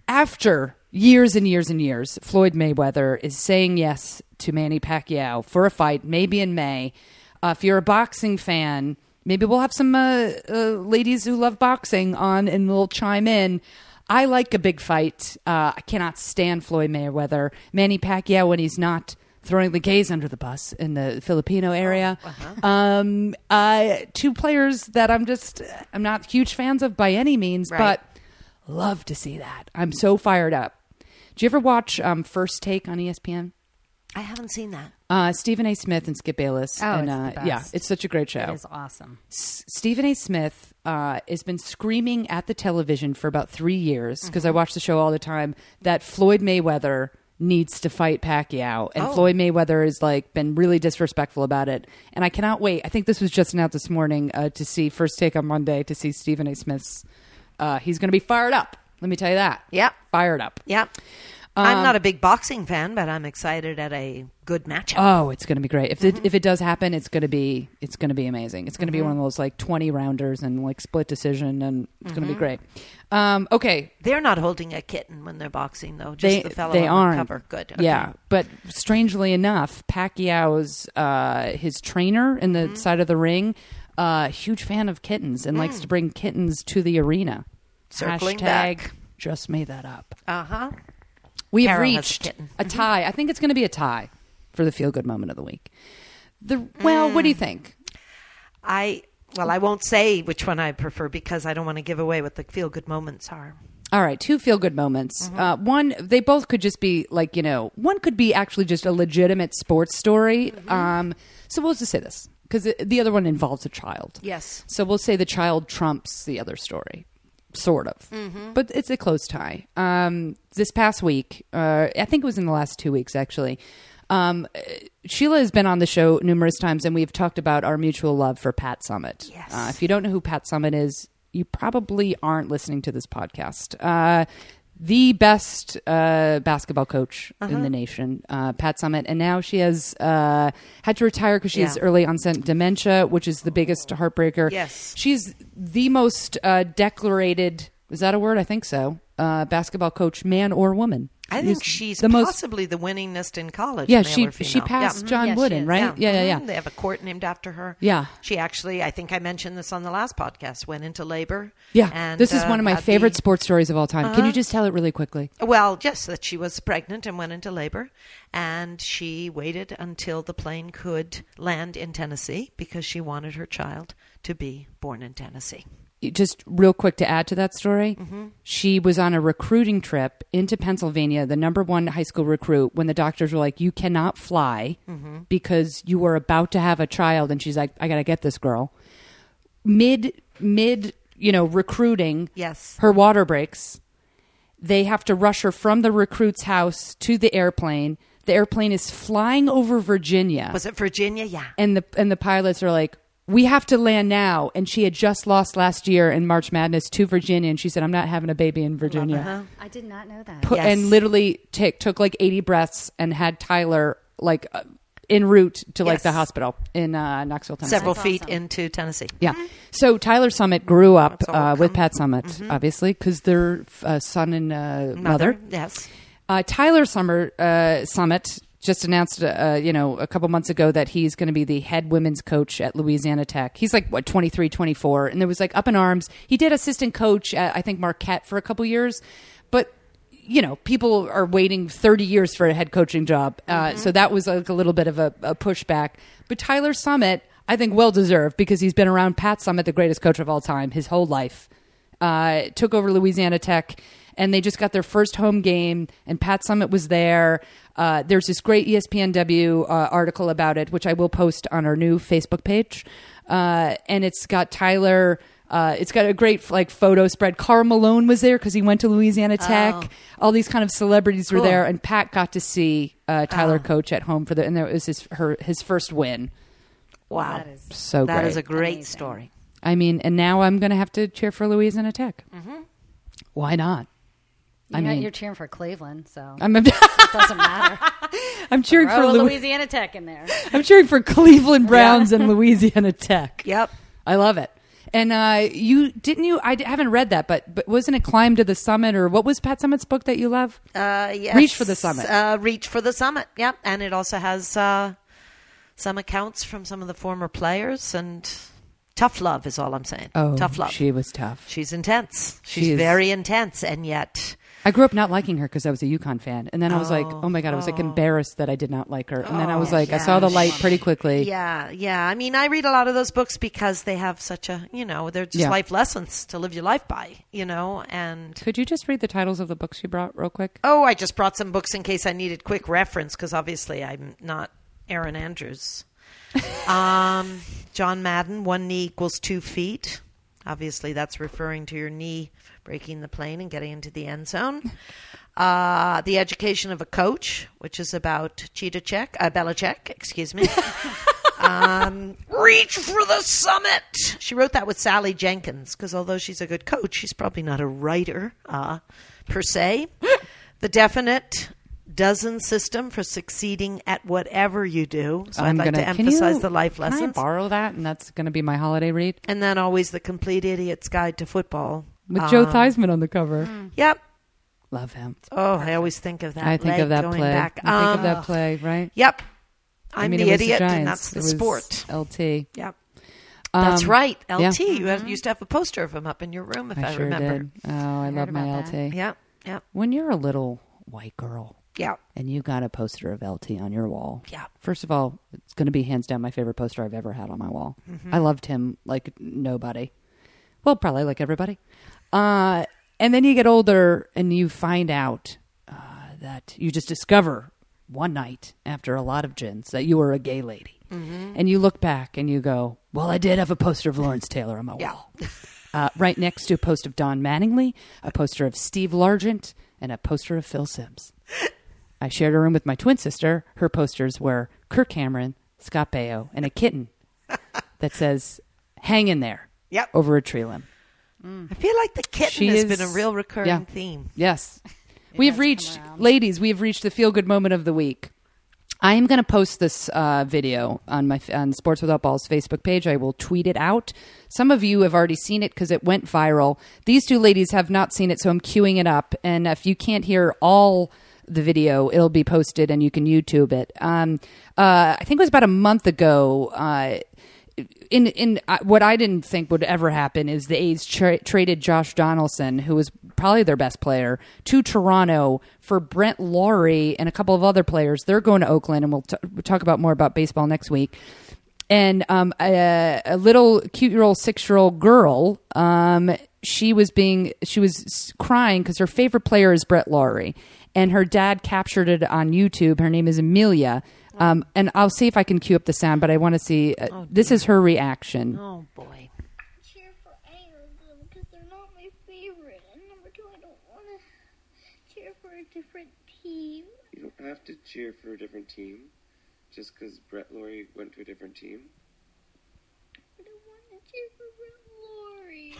S1: after years and years and years, Floyd Mayweather is saying yes to Manny Pacquiao for a fight, maybe in May. Uh, if you're a boxing fan, maybe we'll have some uh, uh, ladies who love boxing on and they'll chime in. I like a big fight. Uh, I cannot stand Floyd Mayweather. Manny Pacquiao, when he's not throwing the gays under the bus in the Filipino area.
S3: Oh, uh-huh.
S1: Um, uh, two players that I'm just I'm not huge fans of by any means,
S2: Right.
S1: but love to see that. I'm so fired up. Do you ever watch um, First Take on ESPN?
S2: I haven't seen that.
S1: Uh, Stephen A. Smith and Skip Bayless.
S3: Oh,
S1: and,
S3: it's the
S1: uh, yeah,
S3: best.
S1: it's such a great show.
S3: It is awesome.
S1: S- Stephen A. Smith uh, has been screaming at the television for about three years because I watch the show all the time that Floyd Mayweather needs to fight Pacquiao, and Floyd Mayweather has like been really disrespectful about it. And I cannot wait. I think this was just out this morning uh, to see first take on Monday to see Stephen A. Smith's. Uh, he's going to be fired up. Let me tell you that.
S2: Yep.
S1: fired up.
S2: Yeah. I'm
S1: Um,
S2: not a big boxing fan, but I'm excited at a good matchup.
S1: Oh, it's going to be great. If
S2: Mm-hmm.
S1: it, if it does happen, it's going to be it's going to be amazing. It's going to be one of those like twenty rounders and like split decision, and it's going to
S2: Mm-hmm.
S1: be great. Um, okay,
S2: They're not holding a kitten when they're boxing, though.
S1: they
S2: Just the fellow
S1: they
S2: on
S1: aren't
S2: the cover. Good. Okay.
S1: Yeah, but strangely enough, Pacquiao's uh, his trainer in the
S2: Mm-hmm.
S1: side of the ring, uh, huge fan of kittens and likes to bring kittens to the arena.
S2: Mm. Circling
S1: Hashtag
S2: back.
S1: just made that up.
S2: Uh huh.
S1: We've
S2: Carol has a
S1: reached
S2: kitten. Mm-hmm.
S1: a tie. I think it's going to be a tie for the feel good moment of the week. The well, what do
S2: Mm.
S1: you think?
S2: I well, I won't say which one I prefer because I don't want to give away what the feel good moments are.
S1: All right, two feel good moments. Uh, one, they both could just be like, you know, one could be actually just a legitimate sports story. Um, so we'll just say this because the other one involves a child.
S2: Yes.
S1: So we'll say the child trumps the other story, sort of.
S2: Mm-hmm.
S1: But it's a close tie. Um, this past week, uh, I think it was in the last two weeks, actually. Um, uh, Sheila has been on the show numerous times, and we've talked about our mutual love for Pat Summit.
S2: Yes.
S1: Uh, if you don't know who Pat Summit is, you probably aren't listening to this podcast. Uh, the best uh, basketball coach
S2: Uh-huh.
S1: in the nation, uh, Pat Summit, and now she has uh, had to retire because she has
S2: Yeah. Oh.
S1: early onset dementia, which is the biggest heartbreaker.
S2: Yes.
S1: she's the most uh, decorated. Is that a word? I think so. Uh, basketball coach, man or woman?
S2: I
S1: Is
S2: think she's
S1: the most.
S2: possibly the winningest in college.
S1: Yeah,
S2: male
S1: she
S2: or female.
S1: she passed
S2: Yeah.
S1: John
S3: Yeah, she
S1: Wooden,
S3: is.
S1: right? Yeah, yeah, yeah.
S2: Mhm. They have a court named after her.
S1: Yeah.
S2: She actually, I think I mentioned this on the last podcast, went into labor.
S1: Yeah,
S2: and,
S1: this is
S2: uh, Uh-huh.
S1: one of my
S2: had the-
S1: favorite sports stories of all time. Can you just tell it really quickly?
S2: Well, yes, that she was pregnant and went into labor, and she waited until the plane could land in Tennessee because she wanted her child to be born in Tennessee.
S1: Just real quick to add to that story, she was on a recruiting trip into Pennsylvania, the number one high school recruit, when the doctors were like, You cannot fly because you were about to have a child. And she's like, I got to get this girl. Mid, mid, you know, recruiting,
S2: Yes.
S1: her water breaks. They have to rush her from the recruit's house to the airplane. The airplane is flying over Virginia.
S2: Was it Virginia? Yeah.
S1: and the and the pilots are like we have to land now and she had just lost last year in march madness to virginia and she said i'm not having a baby in virginia
S3: I did not know that.
S1: Put-
S2: Yes.
S1: and literally took took like 80 breaths and had tyler like uh, en route to like
S2: Yes.
S1: the hospital in uh, knoxville tennessee
S2: Several
S3: That's
S2: feet
S3: awesome.
S2: into Tennessee.
S1: yeah so tyler summit grew up
S2: That's all
S1: uh, with
S2: come- Mm-hmm.
S1: pat summit obviously because they're uh, son and uh, mother
S2: Yes.
S1: uh, Tyler Summer uh, Summit just announced, uh, you know, a couple months ago that he's going to be the head women's coach at Louisiana Tech. He's like what 23, 24, and there was like up in arms. He did assistant coach at I think Marquette for a couple years, but you know, people are waiting 30 years for a head coaching job. Uh, so that was like a little bit of a, a pushback. But Tyler Summit, I think, well deserved because he's been around Pat Summit, the greatest coach of all time, his whole life uh, took over Louisiana Tech, and they just got their first home game. And Pat Summit was there. Uh, there's this great ESPNW uh, article about it, which I will post on our new Facebook page. Uh, and it's got Tyler. Uh, it's got a great like photo spread. Carl Malone was there because he went to Louisiana Tech. All these kind of celebrities were
S2: Cool.
S1: there, and Pat got to see uh, Tyler coach at home for the, and there was his her his first win.
S2: Wow.
S3: That is-
S1: So
S2: That
S1: great.
S2: is a great
S3: Amazing.
S2: story.
S1: I mean, and now I'm going to have to cheer for Louisiana Tech. Why not? I
S3: You know,
S1: mean-
S3: you're cheering for Cleveland, so
S1: I'm
S3: it doesn't matter.
S1: I'm cheering for
S3: Throw a
S1: Lou-
S3: Louisiana Tech in there.
S1: I'm cheering for Cleveland Browns and Louisiana Tech.
S2: Yep.
S1: I love it. And uh, you didn't you? I d- haven't read that, but but wasn't it "Climb to the Summit" or what was Pat Summit's book that you love?
S2: Uh, yes.
S1: Reach for the Summit.
S2: Uh, reach for the summit. Yep. And it also has uh, some accounts from some of the former players and tough love is all I'm saying. tough love.
S1: Oh, She was tough.
S2: She's intense. She's
S1: She is-
S2: very intense, and yet
S1: I grew up not liking her because I was a UConn fan, and then I was like, oh my god, I was like embarrassed that I did not like her, and then I was like, I saw the light pretty quickly.
S2: Oh, Yeah, yeah. I mean, I read a lot of those books because they have such a, you know, they're just
S1: Yeah.
S2: life lessons to live your life by, you know. And
S1: Could you just read the titles of the books you brought real quick?
S2: oh, I just brought some books in case I needed quick reference because obviously I'm not Aaron Andrews. um, John Madden, one knee equals two feet. Obviously, that's referring to your knee breaking the plane and getting into the end zone. Uh, the education of a coach, which is about Cheetah Check, uh, Belichick, excuse me. um, reach for the summit. She wrote that with Sally Jenkins because although she's a good coach, she's probably not a writer uh, per se. the definite dozen system for succeeding at whatever you do. So I'd like to
S1: can
S2: emphasize
S1: you-
S2: the life
S1: can I
S2: lessons.
S1: borrow that, and that's gonna be my holiday read
S2: And then always the complete idiot's guide to football.
S1: with
S2: Um, hmm.
S1: Joe Theismann on the cover.
S2: Yep.
S1: Love him.
S2: Oh, I always think of that.
S1: I think
S2: leg
S1: of that
S2: going
S1: play.
S2: Back.
S1: I think
S2: Um,
S1: of that play, right?
S2: Yep. I'm
S1: I mean, it
S2: the
S1: was
S2: idiot, and
S1: Giants.
S2: that's the
S1: It was
S2: sport.
S1: LT.
S2: Yep. That's
S1: Um,
S2: right. LT.
S1: yeah.
S2: You have, used to have a poster of him up in your room, if I,
S1: I sure
S2: remember.
S1: did. Oh, I love my
S3: about
S1: LT.
S2: Yep. Yep.
S1: When you're a little white girl
S2: Yep.
S1: and you got a poster of LT on your wall,
S2: Yeah.
S1: First of all, it's going to be hands down my favorite poster I've ever had on my wall. I loved him like nobody. Well, probably like everybody. Uh, and then you get older and you find out uh, that you just discover one night after a lot of gins that you were a gay lady. And you look back and you go, well, I did have a poster of Lawrence Taylor on my
S2: Yeah.
S1: wall. Uh, right next to a poster of Don Mattingly, a poster of Steve Largent, and a poster of Phil Sims. I shared a room with my twin sister. Her posters were Kirk Cameron, Scott Baio, and a kitten that says, hang in there
S2: Yep.
S1: over a tree limb.
S2: I feel like the kitten
S1: She
S2: has
S1: has
S2: been a real recurring theme.
S1: Yes. we have
S3: has come
S1: reached,
S3: around.
S1: ladies, we have reached the feel good moment of the week. I am going to post this uh, video on my on Sports Without Balls Facebook page. I will tweet it out. Some of you have already seen it because it went viral. These two ladies have not seen it, so I'm queuing it up. And if you can't hear all the video, it'll be posted and you can YouTube it. Um, uh, I think it was about a month ago. Uh, in in uh, what I didn't think would ever happen is the A's tra- traded Josh Donaldson, who was probably their best player, to Toronto for Brent Laurie and a couple of other players. They're going to Oakland, and we'll, t- we'll talk about more about baseball next week. And um, a, a little cute year old six year old girl, um, she was being she was s- crying because her favorite player is Brett Laurie, and her dad captured it on YouTube. Her name is Amelia. Um, and I'll see if I can cue up the sound, but I want to see. Uh, this is her reaction.
S2: Oh boy.
S4: cheer for any of them because they're not my favorite. And number two, I don't want to cheer for a different team.
S5: You don't have to cheer for a different team just because Brett Laurie went to a different team.
S4: I don't want to cheer for Brett Laurie.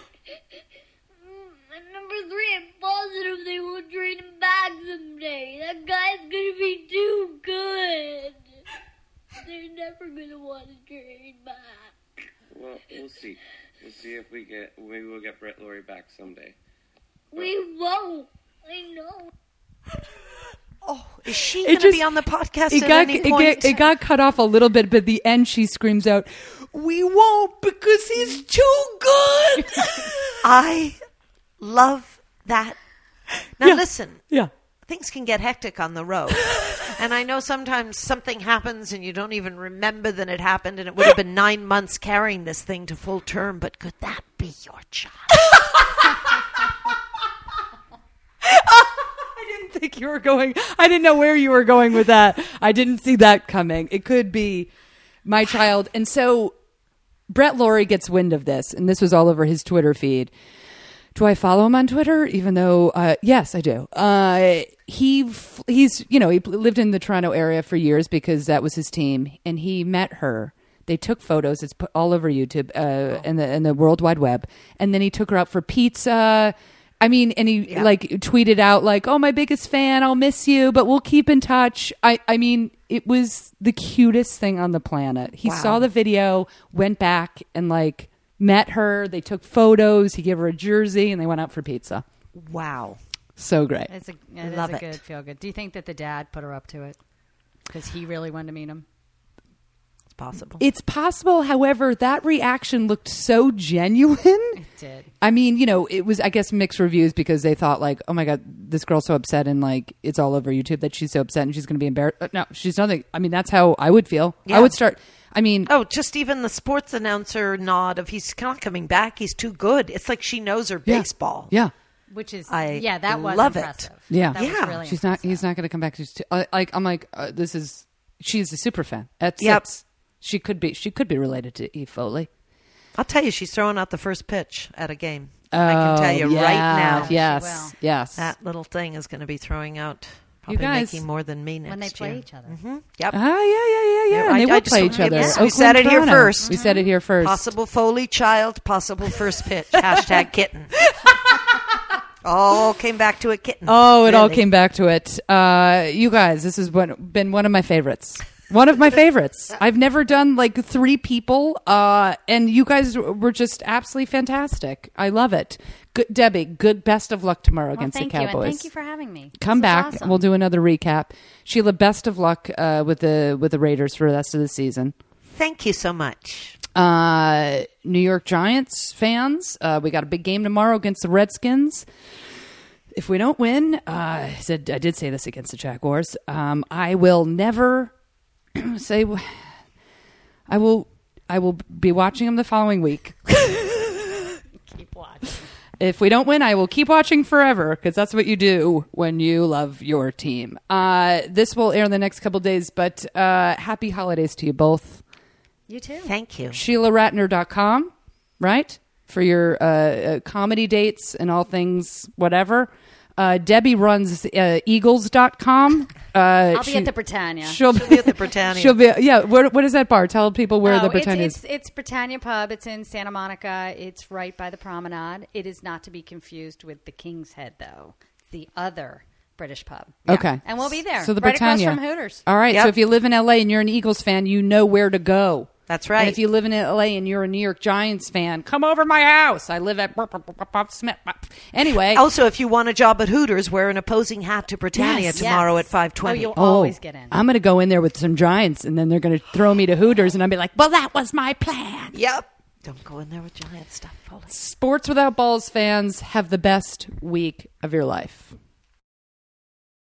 S4: Mm, and number three, I'm positive they will trade him back someday. That guy's gonna be too good. They're never gonna want to trade back.
S5: Well, we'll see. We'll see if we get maybe we'll get Brett Laurie back someday.
S4: We won't. I know.
S2: Oh, is she
S1: It
S2: going to be
S1: just-
S2: on the podcast
S1: It
S2: at
S1: got,
S2: any
S1: it,
S2: point?
S1: got, it got cut off a little bit, but at the end she screams out, "We won't because he's too good."
S2: I love that. Now listen,
S1: yeah.
S2: things can get hectic on the road. and I know sometimes something happens and you don't even remember that it happened and it would have been 9 months carrying this thing to full term, but could that be your child?
S1: I didn't think you were going. I didn't know where you were going with that. I didn't see that coming. It could be my child. And so Brett Laurie gets wind of this, and this was all over his Twitter feed. Do I follow him on Twitter? Even though, uh, yes, I do. Uh, he f- he's you know he pl- lived in the Toronto area for years because that was his team, and he met her. They took photos. It's put all over YouTube uh, and the and the World Wide Web. And then he took her out for pizza. I mean, and he like tweeted out like, "Oh, my biggest fan. I'll miss you, but we'll keep in touch." I I mean, it was the cutest thing on the planet. He saw the video, went back, and like met her. They took photos. He gave her a jersey, and they went out for pizza.
S2: Wow.
S1: So great.
S3: It's a, it is
S2: Love
S3: a
S2: it.
S3: good feel good. Do you think that the dad put her up to it because he really wanted to meet him?
S2: It's possible.
S1: It's possible, however, that reaction looked so genuine.
S3: Did
S1: I mean, you know, it was I guess mixed reviews because they thought like, "Oh my god, this girl's so upset and like it's all over YouTube that she's so upset and she's going to be embarrassed." Uh, No, she's nothing. I mean, that's how I would feel.
S2: Yeah.
S1: I would start I mean,
S2: Oh, just even the sports announcer nod of he's not coming back. He's too good. It's like she knows her
S1: yeah.
S2: baseball.
S1: Yeah.
S3: which is
S2: I
S3: yeah, that was
S2: love it.
S3: impressive.
S1: Yeah.
S3: that
S2: Yeah.
S3: was really
S1: She's not.
S3: impressive.
S1: He's not going to come back. She's too, I, like I'm like uh, this is. She's a super fan. At
S2: Yep.
S1: six, she could be. She could be related to E. Foley.
S2: I'll tell you, she's throwing out the first pitch at a game. I can tell you
S1: Oh, yeah,
S2: right now,
S1: Yes.
S3: will.
S1: Yes.
S2: that little thing is going to be throwing out probably
S1: guys-
S2: making more than me next
S3: when they play
S2: year.
S3: each other.
S2: Yep.
S1: Ah, yeah, yeah, yeah, yeah.
S2: Yeah,
S1: and
S2: I-
S1: they
S2: I
S1: would
S2: just
S1: play
S2: wanted
S1: each
S2: to
S1: other.
S2: get this. We
S1: Oakland,
S2: said it here
S1: Toronto.
S2: first.
S1: We said it here first.
S2: Possible Foley child, possible first pitch. Hashtag kitten. all came back to a kitten.
S1: Oh, it all
S2: Really.
S1: came back to it. Uh, you guys, this has been, been one of my favorites. One of my favorites. I've never done like three people, uh, and you guys were just absolutely fantastic. I love it. Good, Debbie, good best of luck tomorrow
S3: Well,
S1: against
S3: thank
S1: the
S3: you,
S1: Cowboys.
S3: and thank you for having me.
S1: Come
S3: This was
S1: back.
S3: awesome.
S1: We'll do another recap. Sheila, best of luck uh, with the with the Raiders for the rest of the season.
S2: Thank you so much.
S1: Uh, New York Giants fans, uh, we got a big game tomorrow against the Redskins. If we don't win, uh, I said I did say this against the Jaguars. Um, I will never say I will. I will be watching them the following week.
S3: keep watching.
S1: If we don't win, I will keep watching forever because that's what you do when you love your team. Uh, this will air in the next couple days, but uh, happy holidays to you both.
S3: You too.
S2: Thank you.
S1: SheilaRatner.com, right? For your uh, uh, comedy dates and all things, whatever. Uh, Debbie runs uh, eagles.com. Uh,
S3: I'll be at the Britannia.
S1: She'll be,
S2: at the Britannia.
S1: She'll be, yeah. What, what is that bar? Tell people where
S3: Oh,
S1: the
S3: it's-
S1: Britannia
S3: it's,
S1: is.
S3: it's, Britannia Pub. It's in Santa Monica. It's right by the promenade. It is not to be confused with the King's Head, though. The other British pub.
S1: Okay.
S3: And we'll be there.
S1: So the
S3: right
S1: Britannia.
S3: across from Hooters.
S1: All right. So
S2: Yep.
S1: if you live in LA and you're an Eagles fan, you know where to go.
S2: That's right.
S1: And if you live in LA and you're a New York Giants fan, come over my house. I live at Smith. Anyway.
S2: Also, if you want a job at Hooters, wear an opposing hat to Britannia
S1: Yes.
S2: tomorrow
S3: Yes.
S2: at five twenty.
S3: Oh, you'll always get in.
S1: I'm going to go in there with some Giants and then they're going to throw me to Hooters and I'll be like, well, that was my plan.
S2: yep. Don't go in there with giant stuff. Foley.
S1: Sports Without Balls fans have the best week of your life.